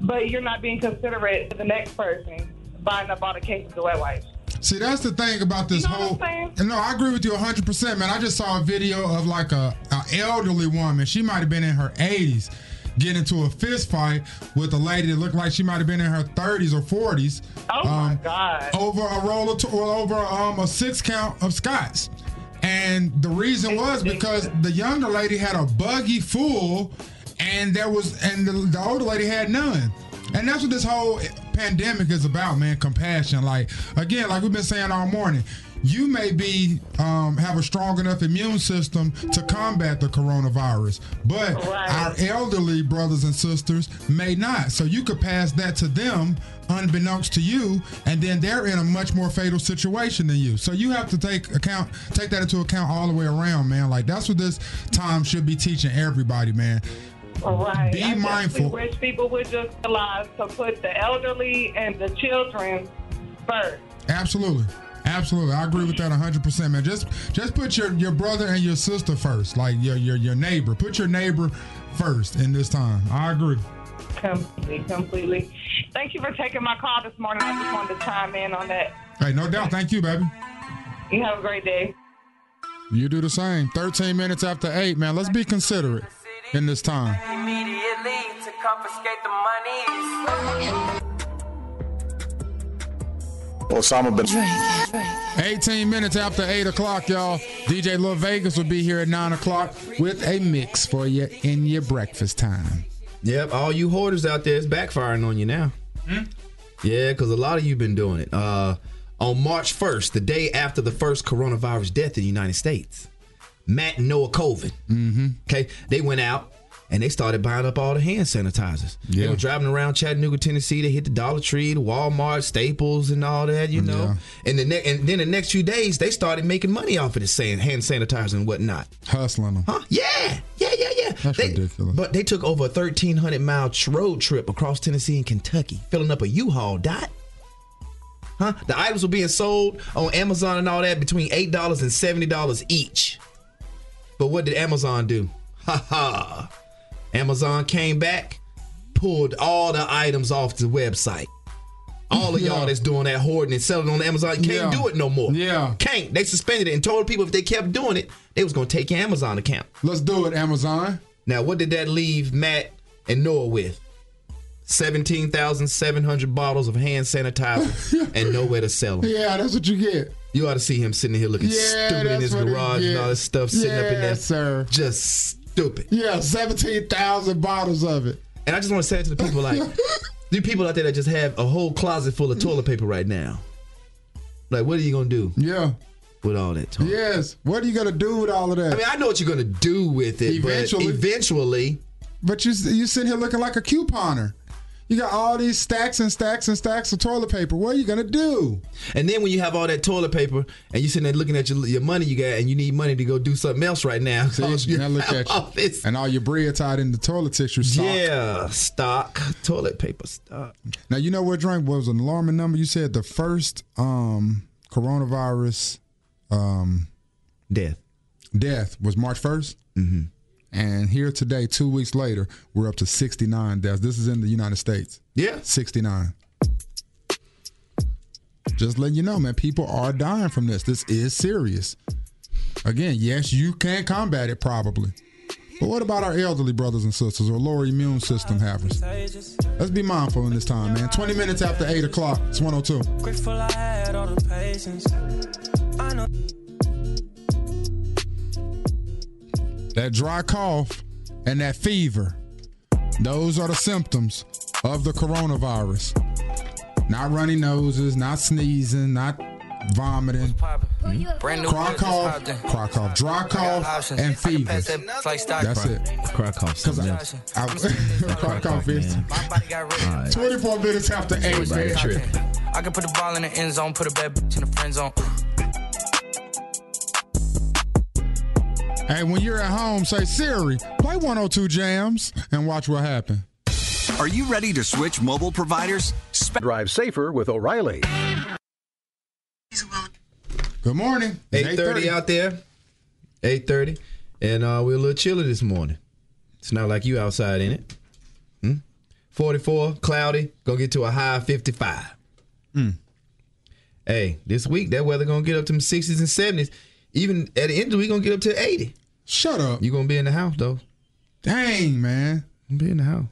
but you're not being considerate to the next person buying up all the cases of wet wipes.
See, that's the thing about this whole. And no, I agree with you 100%, man. I just saw a video of like a, a elderly woman. She might have been in her 80s, get into a fist fight with a lady that looked like she might have been in her 30s or 40s.
Oh my god!
Over a roll of, to- or over um, a six count of Scots. And the reason was because the younger lady had a buggy full, and there was, and the, the older lady had none. And that's what this whole pandemic is about, man. Compassion. Like again, like we've been saying all morning, you may be um, have a strong enough immune system to combat the coronavirus, but our elderly brothers and sisters may not. So you could pass that to them unbeknownst to you, and then they're in a much more fatal situation than you. So you have to take account, take that into account all the way around, man. Like that's what this time should be teaching everybody, man.
Right.
Be
I definitely
mindful.
wish people would just realize to put the elderly and the children first.
Absolutely. Absolutely. I agree with that 100%, man. Just just put your, your brother and your sister first, like your, your your neighbor. Put your neighbor first in this time. I agree.
Completely, completely. Thank you for taking my call this morning. I just wanted to chime in on that.
Hey, no doubt. Thank you, baby.
You have a great day.
You do the same. 13 minutes after 8, man. Let's be considerate in this time.
immediately to confiscate the monies.
Osama bin 18 minutes after 8 o'clock, y'all. DJ Lil Vegas will be here at 9 o'clock with a mix for you in your breakfast time.
Yep, all you hoarders out there, it's backfiring on you now. Yeah, because a lot of you been doing it. Uh, on March 1st, the day after the first coronavirus death in the United States, Matt and Noah Colvin, okay, they went out and they started buying up all the hand sanitizers. They
Yeah.
were driving around Chattanooga, Tennessee. They hit the Dollar Tree, the Walmart, Staples, and all that, you know. And the ne- and then the next few days, they started making money off of this san- hand sanitizer and whatnot.
Hustling them.
Yeah, yeah, yeah, yeah. That's
ridiculous.
But they took over a 1,300 mile tr- road trip across Tennessee and Kentucky, filling up a U-Haul dot. Huh? The items were being sold on Amazon and all that between eight dollars and seventy dollars each. But what did Amazon do? Ha ha! Amazon came back, pulled all the items off the website. All of y'all that's doing that hoarding and selling on Amazon can't
Yeah.
do it no more. Yeah, can't. They suspended it and told people if they kept doing it, they was gonna take your Amazon account.
Let's do it, Amazon.
Now, what did that leave Matt and Noah with? 17,700 bottles of hand sanitizer and nowhere to sell them.
Yeah, that's what you get.
You ought to see him sitting here looking
Yeah,
stupid in
that's
his
what it-
garage and
yeah.
all this stuff, sitting up in there.
Yes, sir.
Just stupid.
Yeah, 17,000 bottles of it.
And I just want to say it to the people like, you people out there that just have a whole closet full of toilet paper right now. Like, what are you going to do?
Yeah.
With all that toilet
Yes. What are you gonna do with all of that?
I mean, I know what you're going to do with it,
Eventually.
but eventually.
But you you sitting here looking like a couponer. You got all these stacks and stacks and stacks of toilet paper. What are you gonna do?
And then when you have all that toilet paper and you're sitting there looking at your, your money you got and you need money to go do something else right now.
See, now look at
Oh,
you. And all your bread tied in the toilet tissue stock.
Yeah, stock toilet paper stock.
Now you know what drink was an alarming number. You said the first um, coronavirus um,
death
death was March 1st
Mm-hmm.
and here today, two weeks later, we're up to sixty nine deaths. This is in the United States.
Yeah,
sixty nine. Just letting you know, man, people are dying from this. This is serious. Again, yes, you can combat it probably. But what about our elderly brothers and sisters or lower immune system havers? Let's be mindful in this time, man. 20 minutes after 8 o'clock, it's 102.
Grateful I had all the patience.
Hmm?
I know.
That dry cough and that fever, those are the symptoms of the coronavirus. Not runny noses, not sneezing, not vomiting.
Brand new
Cry
whip, just
cough,
popped in.
cry cough, dry cough,
options.
and
I can
fever.
pass that bitch like stock.
That's it.
Cry cough,
something else. Cry cough, is- 24 minutes after 8,
Everybody
man.
tripping. I can put the ball in the end zone, put a bad bitch in the friend zone.
Hey, when you're at home, say, Siri, play 102 Jams and watch what happens.
Are you ready to switch mobile providers? Drive safer with O'Reilly.
Good morning. It's
8.30 out there. 8.30. And uh, we're a little chilly this morning. It's not like you outside, in it? Hmm? 44, cloudy, gonna get to a high of 55.
Hmm.
Hey, this week, that weather gonna get up to the 60s and 70s. Even at the end of the week, gonna get up to 80.
Shut up.
you gonna be in the house, though.
Dang, man.
Be in the house.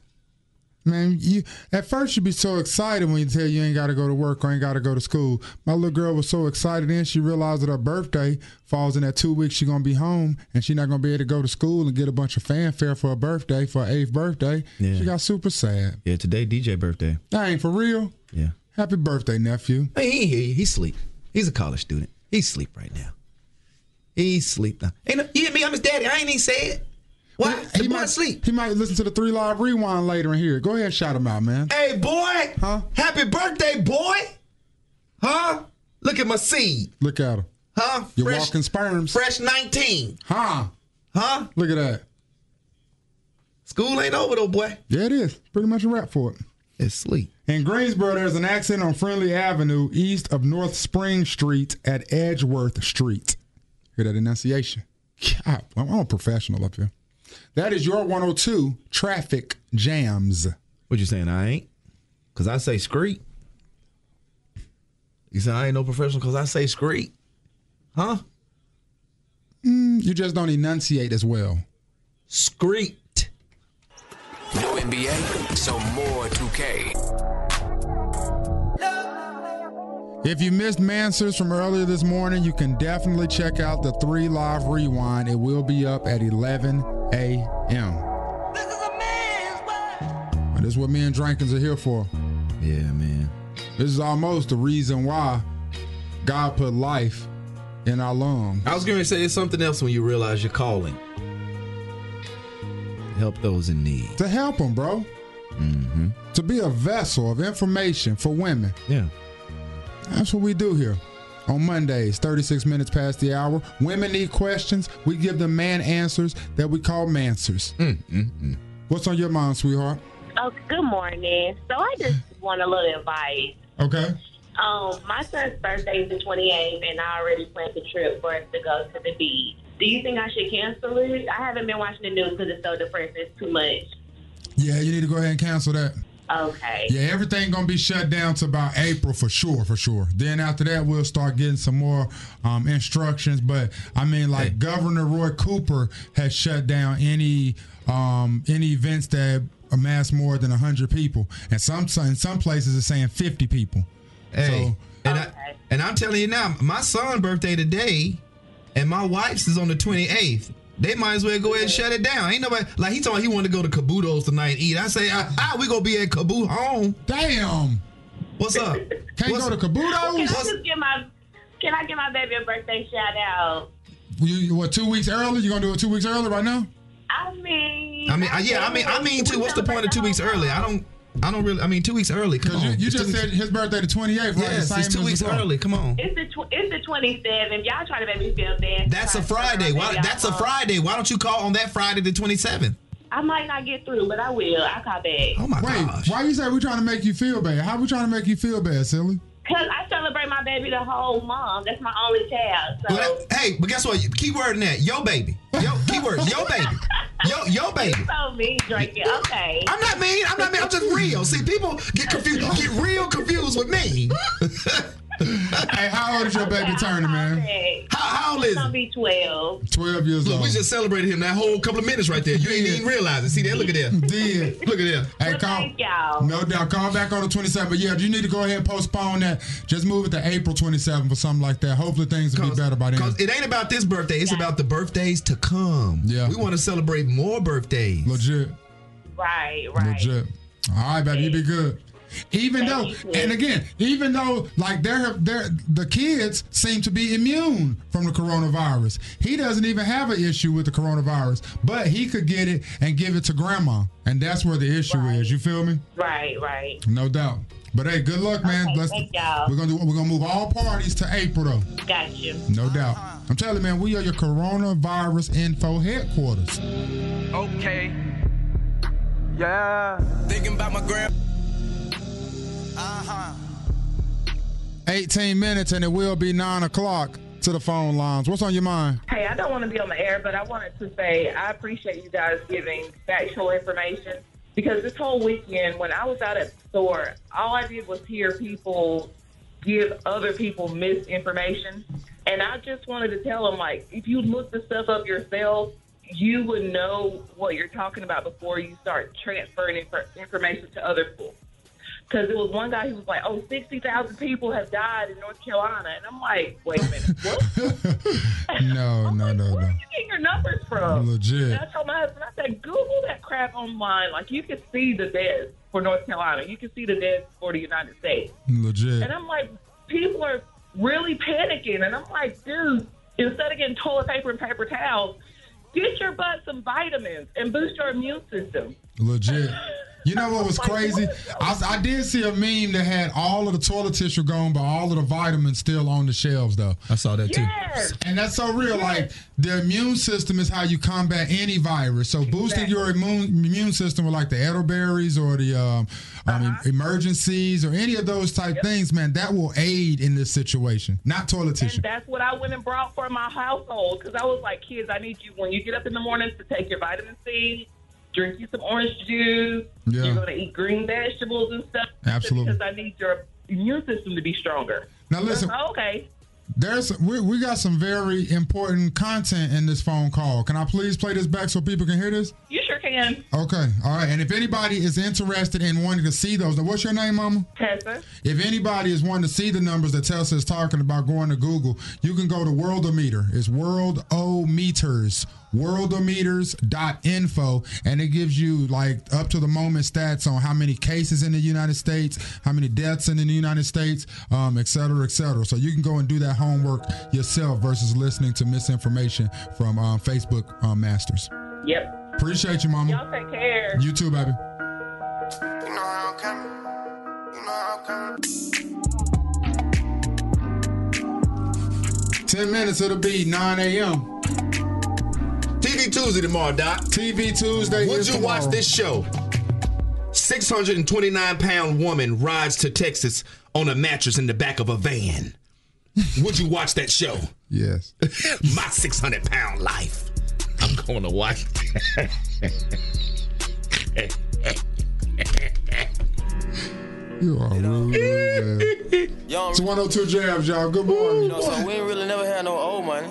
Man, you at first you'd be so excited when you tell you ain't got to go to work or ain't got to go to school. My little girl was so excited, then she realized that her birthday falls in that two weeks she gonna be home and she not gonna be able to go to school and get a bunch of fanfare for her birthday, for her eighth birthday.
Yeah.
She got super sad.
Yeah, today DJ birthday.
Dang, for real.
Yeah.
Happy birthday, nephew.
Hey, he hear you. He sleep. He's a college student. He sleep right now. He sleep now. Ain't no, you hear me? I'm his daddy. I ain't even say it. Why?
he might sleep. He might listen to the three live rewind later and hear it. Go ahead, and shout him out, man.
Hey, boy. Huh? Happy birthday, boy. Huh? Look at my seed.
Look at him.
Huh?
You're walking sperms.
Fresh 19.
Huh?
Huh?
Look at that.
School ain't over though, boy.
Yeah, it is. Pretty much a wrap for it.
It's sleep.
In Greensboro, there's an accident on Friendly Avenue east of North Spring Street at Edgeworth Street. Hear that enunciation? God, I'm I'm a professional up here. That is your 102 traffic jams.
What you saying? I ain't? Because I say screet. You say I ain't no professional because I say screet. Huh?
Mm, you just don't enunciate as well.
Screet.
No NBA, so more 2K.
If you missed Mansers from earlier this morning, you can definitely check out the three live rewind. It will be up at 11 a.m. This is a man's This is what me and Drankins are here for.
Yeah, man.
This is almost the reason why God put life in our lungs.
I was going to say it's something else when you realize you're calling. Help those in need.
To help them, bro.
Mm-hmm.
To be a vessel of information for women.
Yeah.
That's what we do here. On Mondays, 36 minutes past the hour, women need questions. We give them man answers that we call mansers.
Mm-hmm.
What's on your mind, sweetheart?
Oh, good morning. So I just want a little advice.
Okay.
Um, my son's birthday is the 28th, and I already planned the trip for us to go to the beach. Do you think I should cancel it? I haven't been watching the news because it's so depressing. It's too much.
Yeah, you need to go ahead and cancel that.
Okay.
Yeah, everything gonna be shut down to about April for sure, for sure. Then after that, we'll start getting some more um, instructions. But I mean, like Governor Roy Cooper has shut down any um, any events that amass more than hundred people, and some in some places it's saying fifty people.
Hey, and, I, and I'm telling you now, my son's birthday today, and my wife's is on the 28th. They might as well go ahead and shut it down. Ain't nobody like he told me he wanted to go to Kabuto's tonight and eat. I say, ah, ah, we gonna be at Kaboo home.
Damn.
What's up?
Can't go to Kabuto's?
Can I just get my Can I get my baby a birthday shout out?
You, you- what two weeks early? You gonna do it two weeks early right now?
I mean,
I mean, I, yeah, I mean, I mean too. What's the point of two weeks early? I don't, I don't really. I mean, two weeks early. Come on,
You, you just said his birthday the twenty eighth, right?
Yes,
The
it's
same
two
as
weeks
the clock.
early. Come on.
It's the tw- it's the 27th. Y'all trying to make me feel bad.
That's a Friday. Why? That's a Friday. Why don't you call on that Friday the 27th?
I might not get through, but I will. I call back.
Oh my
Wait, why you say we trying to make you feel bad? How we trying to make you feel bad, silly?
Cause I celebrate my baby the whole month. That's my only child. So
Well, that- hey, but guess what? Keyword in that, yo baby. Yo, keyword, yo baby. Yo, yo baby.
you so mean, drinking. Okay.
I'm not mean. I'm not mean. I'm just real. See, people get confused. Get real confused with me.
hey, how old is your baby turning, man?
How old is
Gonna be 12.
Twelve years
Look,
old.
we just celebrated him that whole couple of minutes right there. You ain't even realize it. See there? Look at there.
Did.
Look at there.
Hey, call. No doubt. Call back on the 27th. But yeah, you need to go ahead and postpone that. Just move it to April 27th or something like that. Hopefully things will be better by then.
Cause it ain't about this birthday. It's about the birthdays to come.
Yeah.
We want to celebrate more birthdays.
Legit.
Right, right.
Legit. All right, baby, you be good. Even though, and again, even though like they're, they're the kids seem to be immune from the coronavirus, he doesn't even have an issue with the coronavirus, but he could get it and give it to grandma, and that's where the issue is. You feel me?
Right, right.
No doubt. But hey, good luck, man.
Okay, thank y'all.
We're gonna do, we're gonna move all parties to April though.
Got you.
No doubt. I'm telling you, man, we are your coronavirus info headquarters.
Okay. Yeah. Thinking about my grand. Uh-huh.
18 minutes and it will be nine o'clock to the phone lines. What's on your mind?
Hey, I don't want to be on the air, but I wanted to say I appreciate you guys giving factual information because this whole weekend, when I was out at the store, all I did was hear people give other people misinformation. And I just wanted to tell them, like, if you look the stuff up yourself, you would know what you're talking about before you start transferring infor- information to other people. Because it was one guy who was like, oh, 60,000 people have died in North Carolina. And I'm like, wait a minute, what?
No, no, no, no.
you getting your numbers from?
Legit.
And I told my husband, I said, Google that crap online. Like, you can see the deaths for North Carolina. You can see the deaths for the United States.
Legit.
And I'm like, people are really panicking. And I'm like, dude, instead of getting toilet paper and paper towels, get your butt some vitamins and boost your immune system.
Legit. You know what was crazy? I, I did see a meme that had all of the toilet tissue gone, but all of the vitamins still on the shelves, though.
I saw that
too. And that's so real. Like the immune system is how you combat any virus. So boosting your immune immune system with like the elderberries or the um, I mean, emergencies or any of those type things, man, that will aid in this situation. Not toilet tissue.
And that's what I went and brought for my household because I was like, kids, I need you when you get up in the mornings to take your vitamin C, drink you some orange juice.
Yeah.
You're going to eat green vegetables and stuff.
Absolutely.
Because I need your immune system to be stronger.
Now, listen.
Oh, okay.
There's we, we got some very important content in this phone call. Can I please play this back so people can hear this?
You sure can. 10.
Okay. All right. And if anybody is interested in wanting to see those, now what's your name, Mama?
Tessa.
If anybody is wanting to see the numbers that Tessa is talking about going to Google, you can go to Worldometer. It's World O Meters. Worldometers.info and it gives you like up to the moment stats on how many cases in the United States, how many deaths in the United States, um, et cetera, et cetera. So you can go and do that homework yourself versus listening to misinformation from um, Facebook um, masters.
Yep.
Appreciate you, Mama.
Y'all take care.
You too, baby. Ten minutes. It'll be nine a.m.
TV Tuesday tomorrow, Doc.
TV Tuesday.
Would
is
you
tomorrow.
watch this show? 629 pound woman rides to Texas on a mattress in the back of a van. Would you watch that show?
Yes.
My 600 pound life. I'm going to watch that.
You are rude, man. It's 102 Jams, y'all. Good morning.
You know, so we ain't really never had no old money.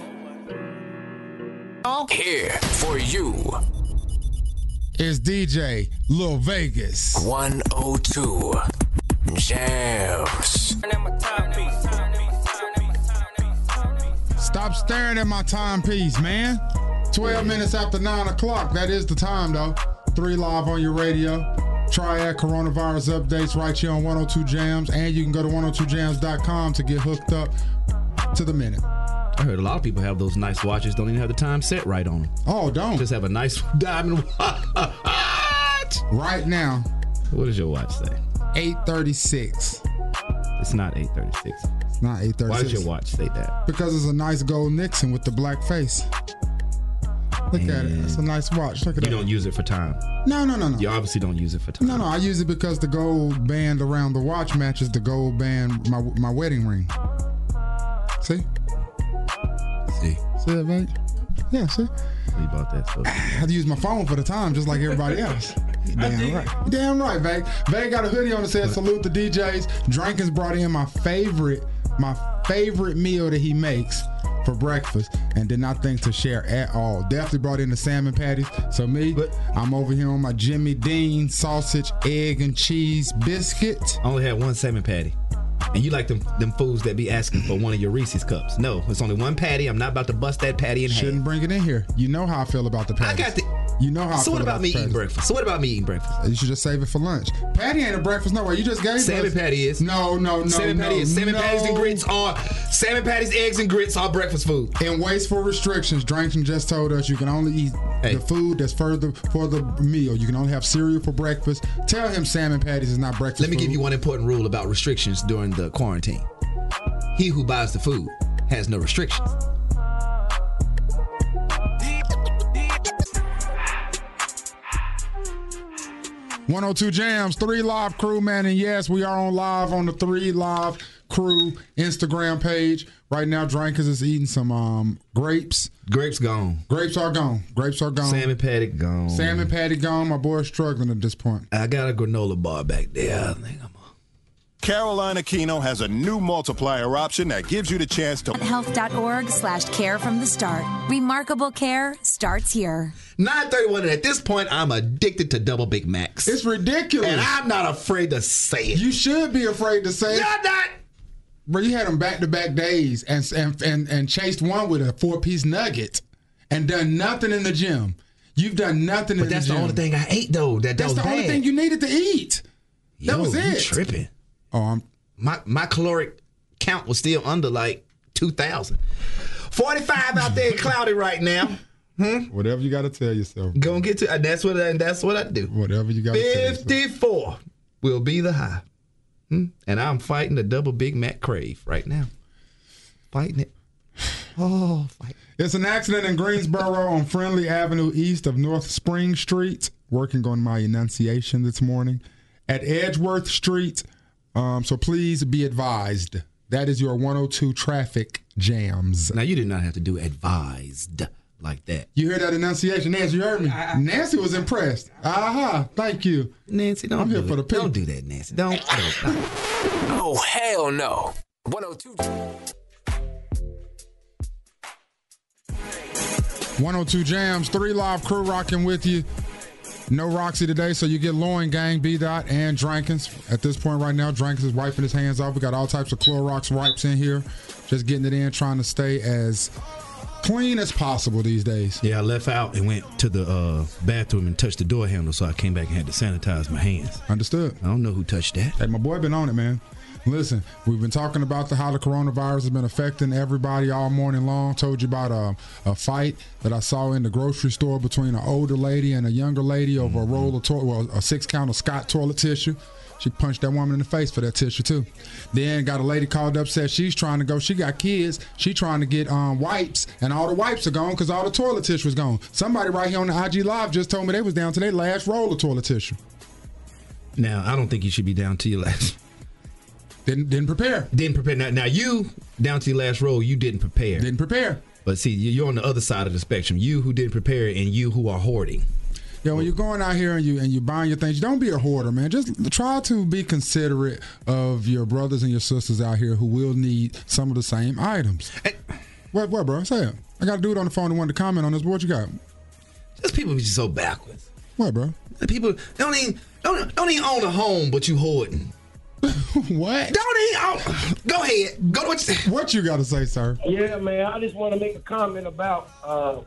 Here for you.
It's DJ Lil Vegas.
102 Jams.
Stop staring at my timepiece, man. 12 minutes after 9 o'clock. That is the time, though. 3 live on your radio. Triad coronavirus updates right here on 102 Jams. And you can go to 102jams.com to get hooked up to the minute.
I heard a lot of people have those nice watches, don't even have the time set right on them.
Oh, don't.
Just have a nice diamond watch.
Right now.
What does your watch say?
836.
It's not 836.
It's not 836.
Why does your watch say that?
Because it's a nice gold Nixon with the black face. Look at it.
And
It's a nice watch. Look at
Mm. You
that.
don't use it for time.
No, no, no, no.
You obviously don't use it for time.
No, no, I use it because the gold band around the watch matches the gold band my my wedding ring. See?
See.
See that, babe? Yeah, see?
We bought that stuff.
I have to use my phone for the time, just like everybody else. Damn right. Damn right, Vague. Vague got a hoodie on that says salute the DJs. Drinkin's brought in my favorite, my favorite meal that he makes for breakfast and did not think to share at all. Definitely brought in the salmon patties. So me, I'm over here on my Jimmy Dean sausage, egg, and cheese biscuit.
I only had one salmon patty. And you like them them fools that be asking for one of your Reese's cups. No, it's only one patty. I'm not about to bust that patty in
Shouldn't
half.
bring it in here. You know how I feel about the patties.
got the-
You know how. I
So
feel
what about
the
me eating
patties.
breakfast? So what about me eating breakfast?
You should just save it for lunch. Patty ain't a breakfast nowhere. You just gave
Salmon
us-
patty is.
No, no, no.
Salmon
no,
patty is. Salmon
no.
patties and grits are. Salmon patties, eggs, and grits are breakfast food.
And wasteful restrictions. Drinking just told us you can only eat the food that's further for the meal. You can only have cereal for breakfast. Tell him salmon patties is not breakfast.
Let me give
food.
you one important rule about restrictions during the quarantine. He who buys the food has no restrictions.
you 102 Jams, three live crew, man. And yes, we are on live on the three live crew Instagram page. Right now, Drinkers is eating some um, grapes.
Grapes gone.
Grapes are gone. Grapes are gone.
Salmon patty gone.
Salmon patty gone. My boy's struggling at this point.
I got a granola bar back there.
Carolina Kino has a new multiplier option that gives you the chance to.
health.org slash care from the start. Remarkable care starts here.
931, and at this point, I'm addicted to double Big Macs.
It's ridiculous.
And I'm not afraid to say it.
You should be afraid to say.
You're not.
Bro, you had them back to back days and, and and and chased one with a four piece nugget and done nothing in the gym. You've done nothing
But
in the
that's
gym.
the only thing I ate, though. Oh, That, that
That's
was
the only
bad.
thing you needed to eat. That
Yo,
was
you
it.
tripping.
Oh, I'm
my my caloric count was still under like 2,000. 45 out there, cloudy right now. Hmm?
Whatever you got to tell yourself.
Gonna get to. And that's what. And that's what I do.
Whatever you got.
Fifty-four will be the high, Hmm? and I'm fighting the double Big Mac crave right now. Fighting it. Oh,
It's an accident in Greensboro on Friendly Avenue east of North Spring Street. Working on my enunciation this morning at Edgeworth Street. Um, so please be advised. That is your 102 traffic jams.
Now you did not have to do advised like that.
You hear that enunciation, Nancy? You heard me. Nancy was impressed. Aha! Thank you,
Nancy. Don't
I'm here for the people. Don't
do that, Nancy. Don't.
Oh, hell no. 102.
102 Jams, three live crew rocking with you. No Roxy today, so you get Loin Gang, B Dot, and Drankins. At this point right now, Drankins is wiping his hands off. We got all types of Clorox wipes in here. Just getting it in, trying to stay as clean as possible these days.
Yeah, I left out and went to the uh, bathroom and touched the door handle, so I came back and had to sanitize my hands.
Understood.
I don't know who touched that.
Hey, my boy been on it, man. Listen, we've been talking about the, how the coronavirus has been affecting everybody all morning long. Told you about a, a fight that I saw in the grocery store between an older lady and a younger lady over a roll of toilet, well, a six count of Scott toilet tissue. She punched that woman in the face for that tissue too. Then got a lady called up said she's trying to go. She got kids. She trying to get um, wipes, and all the wipes are gone because all the toilet tissue is gone. Somebody right here on the IG live just told me they was down to their last roll of toilet tissue.
Now I don't think you should be down to your last.
Didn't didn't prepare.
Didn't prepare. Now, now you down to your last roll. You didn't prepare.
Didn't prepare.
But see, you- you're on the other side of the spectrum. You who didn't prepare, and you who are hoarding.
Yeah, when you're going out here and you and you buying your things, don't be a hoarder, man. Just try to be considerate of your brothers and your sisters out here who will need some of the same items. what, what, bro? Say it. I got a dude on the phone who wanted to comment on this. What you got?
Those people be just so backwards.
What, bro?
People don't even don't, don't even own a home, but you hoarding.
what?
Don't even
Oh.
own. Go ahead. Go to what you,
what you got to say, sir.
Yeah, man. I just want to make a comment about uh,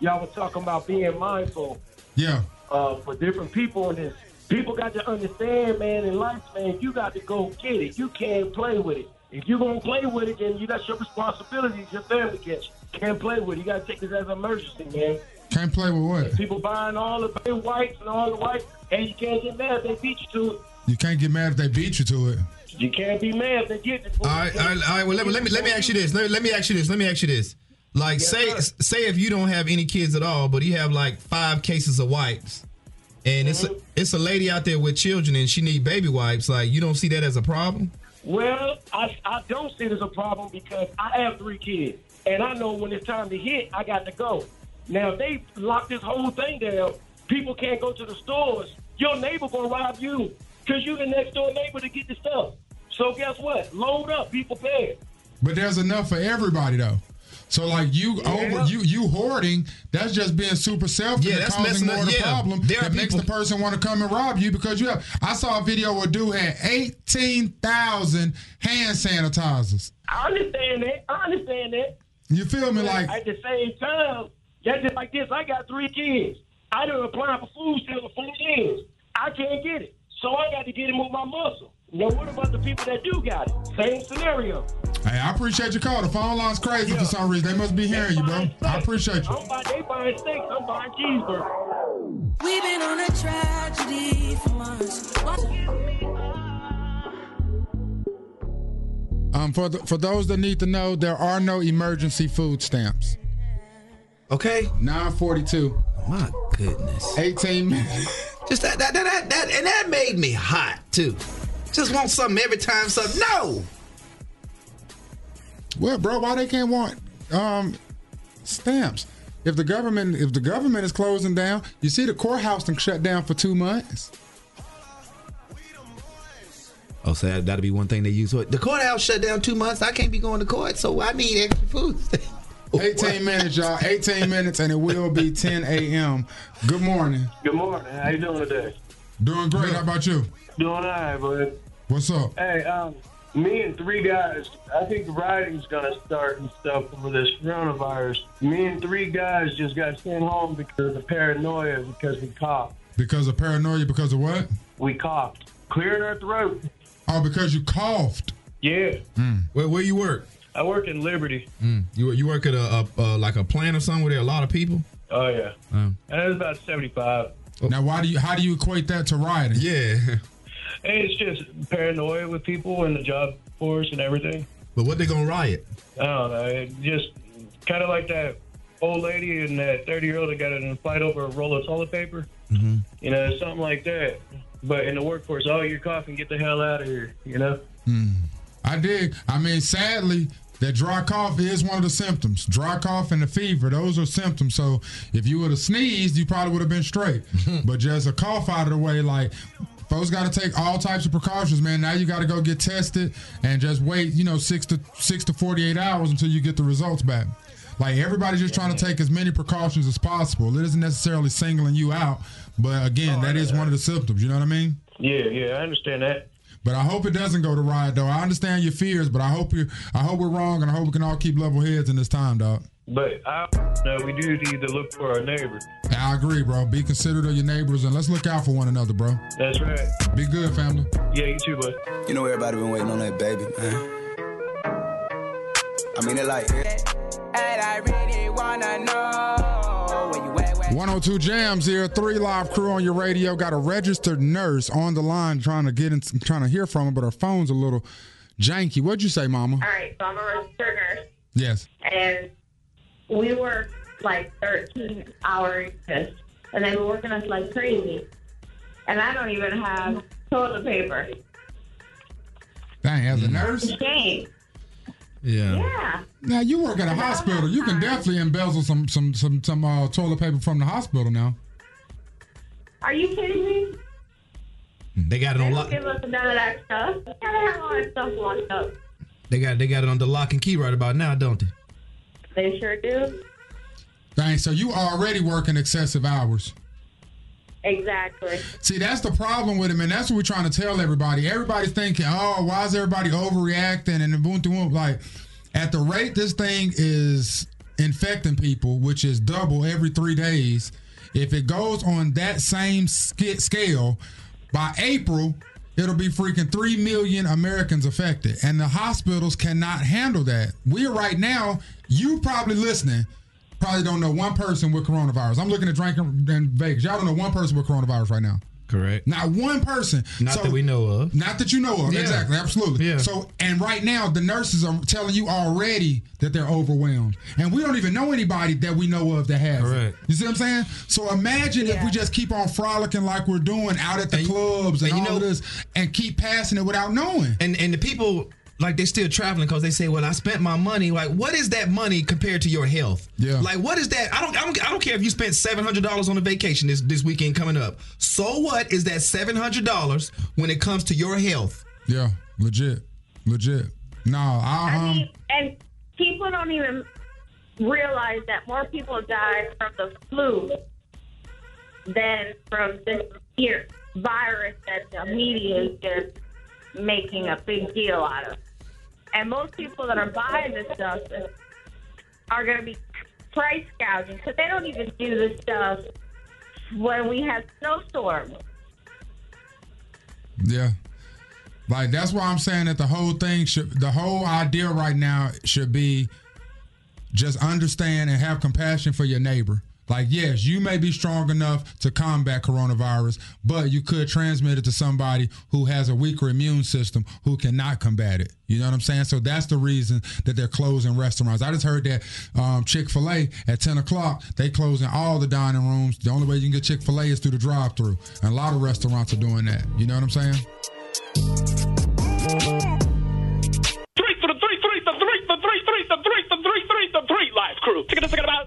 y'all was talking about being mindful
Yeah.
uh, for different people, and it's, people got to understand, man. In life, man, you got to go get it. You can't play with it. If you gonna play with it, then you got your responsibilities. Your family gets you. can't play with it. You got to take this as an emergency, man.
Can't play with what?
People buying all the big whites and all the whites, and you can't get mad if they beat you to it.
You can't get mad if they beat you to it.
You can't be mad if they get it.
All right, all right, all right. Well, let me let me let me ask you this. Let me, let me ask you this. Let me ask you this. Like, say say if you don't have any kids at all, but you have like five cases of wipes, and it's
Mm-hmm.
a, it's a lady out there with children and she need baby wipes. Like, you don't see that as a problem?
Well, I, I don't see it as a problem because I have three kids, and I know when it's time to hit, I got to go. Now, if they lock this whole thing down, people can't go to the stores. Your neighbor gonna rob you because you the next door neighbor to get the stuff. So guess what? Load up, be prepared.
But there's enough for everybody though. So like you over you you hoarding, that's just being super selfish
Yeah,
and
that's
causing
messing
more
up-
of the
yeah.
problem
There are
that makes the person want to come and rob you because you have. I saw a video where a dude had eighteen thousand hand sanitizers.
I understand that. I understand that.
You feel me? Like
at the same time, that's just like this. I got three kids. I done applied for food stamps for four years. I can't get it, so I got to get it with my muscle. Now, what about the people that do got it? Same scenario.
Hey, I appreciate your call. The phone line's crazy for some reason. They must be hearing you, bro. I appreciate you.
I'm buying, they buying steaks. I'm buying cheeseburgers.
We've been on a tragedy for months.
Um, for the, for those that need to know, there are no emergency food stamps.
Okay.
Nine forty two.
My goodness.
Eighteen minutes.
Just that that, that that that and that made me hot too. Just want something every time. Something. No.
Well, bro, why they can't want um, stamps? If the government if the government is closing down, you see the courthouse and shut down for two months.
Oh, so that, that'll be one thing they use. The courthouse shut down two months. I can't be going to court, so I need extra food.
18 minutes, y'all. 18 minutes, and it will be 10 a.m. Good morning.
Good morning. How you doing today?
Doing great. How about you?
Doing all right, bud.
What's up?
Hey, um, me and three guys, I think rioting's going to start and stuff over this coronavirus. Me and three guys just got sent home because of paranoia because we coughed.
Because of paranoia, because of what?
We coughed. Clearing our throat.
Oh, because you coughed. Hmm.
Yeah.
Where where you work? Hmm.
I work in Liberty.
You you work at a, a, a like a plant or something where there are a lot of people.
Oh, yeah.
Um.
And it was about 75.
Now, why do you how do you equate that to rioting?
Yeah.
Hey, it's just paranoia with people and the job force and everything.
But what they gonna riot?
I don't know. It just kind of like that old lady and that 30 year old that got in a fight over a roll of toilet paper.
Mm-hmm.
You know, something like that. But in the workforce, oh, you're coughing, get the hell out of here. You know?
Hmm. I dig. I mean, sadly, that dry cough is one of the symptoms. Dry cough and the fever, those are symptoms. So if you would have sneezed, you probably would have been straight. but just a cough out of the way, like folks got to take all types of precautions, man. Now you got to go get tested and just wait, you know, six to six to forty eight hours until you get the results back. Like everybody's just trying to take as many precautions as possible. It isn't necessarily singling you out, but again, that is one of the symptoms. You know what I mean?
Yeah, yeah, I understand that.
But I hope it doesn't go to riot, though. I understand your fears, but I hope you, I hope we're wrong, and I hope we can all keep level heads in this time, dog.
But I, no, we do need to look for our neighbors.
I agree, bro. Be considerate of your neighbors, and let's look out for one another, bro.
That's right.
Be good, family.
Yeah, you too, bud.
You know everybody been waiting on that baby, man. I mean, it like.
And I really wanna know where you at.
102 Jams here, three live crew on your radio. Got a registered nurse on the line trying to get in, trying to hear from her, but her phone's a little janky. What'd you say, Mama?
All right, so I'm a registered nurse,
Yes.
and we work like 13 hours, and they were working us like crazy. And I don't even have toilet paper.
Dang, as a nurse?
Shame.
Mm. Yeah.
Yeah.
Now you work at a hospital. You can definitely embezzle some some some some uh, toilet paper from the hospital now.
Are you kidding me?
They got it
They
on
don't
lock.
give us none of that stuff. They have all that stuff locked up.
They got they got it on the lock and key right about now, don't they?
They sure do.
Dang, so you already working excessive hours.
Exactly.
See, that's the problem with him, and that's what we're trying to tell everybody. Everybody's thinking, "Oh, why is everybody overreacting?" And Ubuntu, won't- like, at the rate this thing is infecting people, which is double every three days, if it goes on that same sk- scale, by April, it'll be freaking three million Americans affected, and the hospitals cannot handle that. We're right now. You probably listening probably don't know one person with coronavirus. I'm looking at Drake and and Vegas. Y'all don't know one person with coronavirus right now.
Correct.
Not one person.
Not that we know of.
Not that you know of.
Yeah.
Exactly. Absolutely.
Yeah.
So, and right now, the nurses are telling you already that they're overwhelmed. And we don't even know anybody that we know of that has
Correct.
it. You see what I'm saying? So imagine if we just keep on frolicking like we're doing out at the clubs and,
and you
all
know-
of this and keep passing it without knowing.
And and the people like they still traveling because they say, well, I spent my money. Like, what is that money compared to your health? Yeah. Like, what is that? I don't I don't, I don't care if you spent seven hundred dollars on a vacation this this weekend coming up. So what is that seven hundred dollars when it comes to your health?
Yeah, legit. Legit. Nah, I, um,
And people don't even realize that more people die from the flu than from this here virus that the media is just making a big deal out of. And most people that are buying this stuff are going to be price gouging because they don't even do this stuff when we have snowstorms.
Yeah. Like that's why I'm saying that the whole thing should the whole idea right now should be just understand and have compassion for your neighbor. Like yes, you may be strong enough to combat coronavirus, but you could transmit it to somebody who has a weaker immune system who cannot combat it. You know what I'm saying? So that's the reason that they're closing restaurants. I just heard that um, Chick Fil A at 10 o'clock they closing all the dining rooms. The only way you can get Chick Fil A is through the drive-through, and a lot of restaurants are doing that. You know what I'm saying?
Three for the three, three for three for three, three for three for three, three for three, live crew. Ticket ticket about.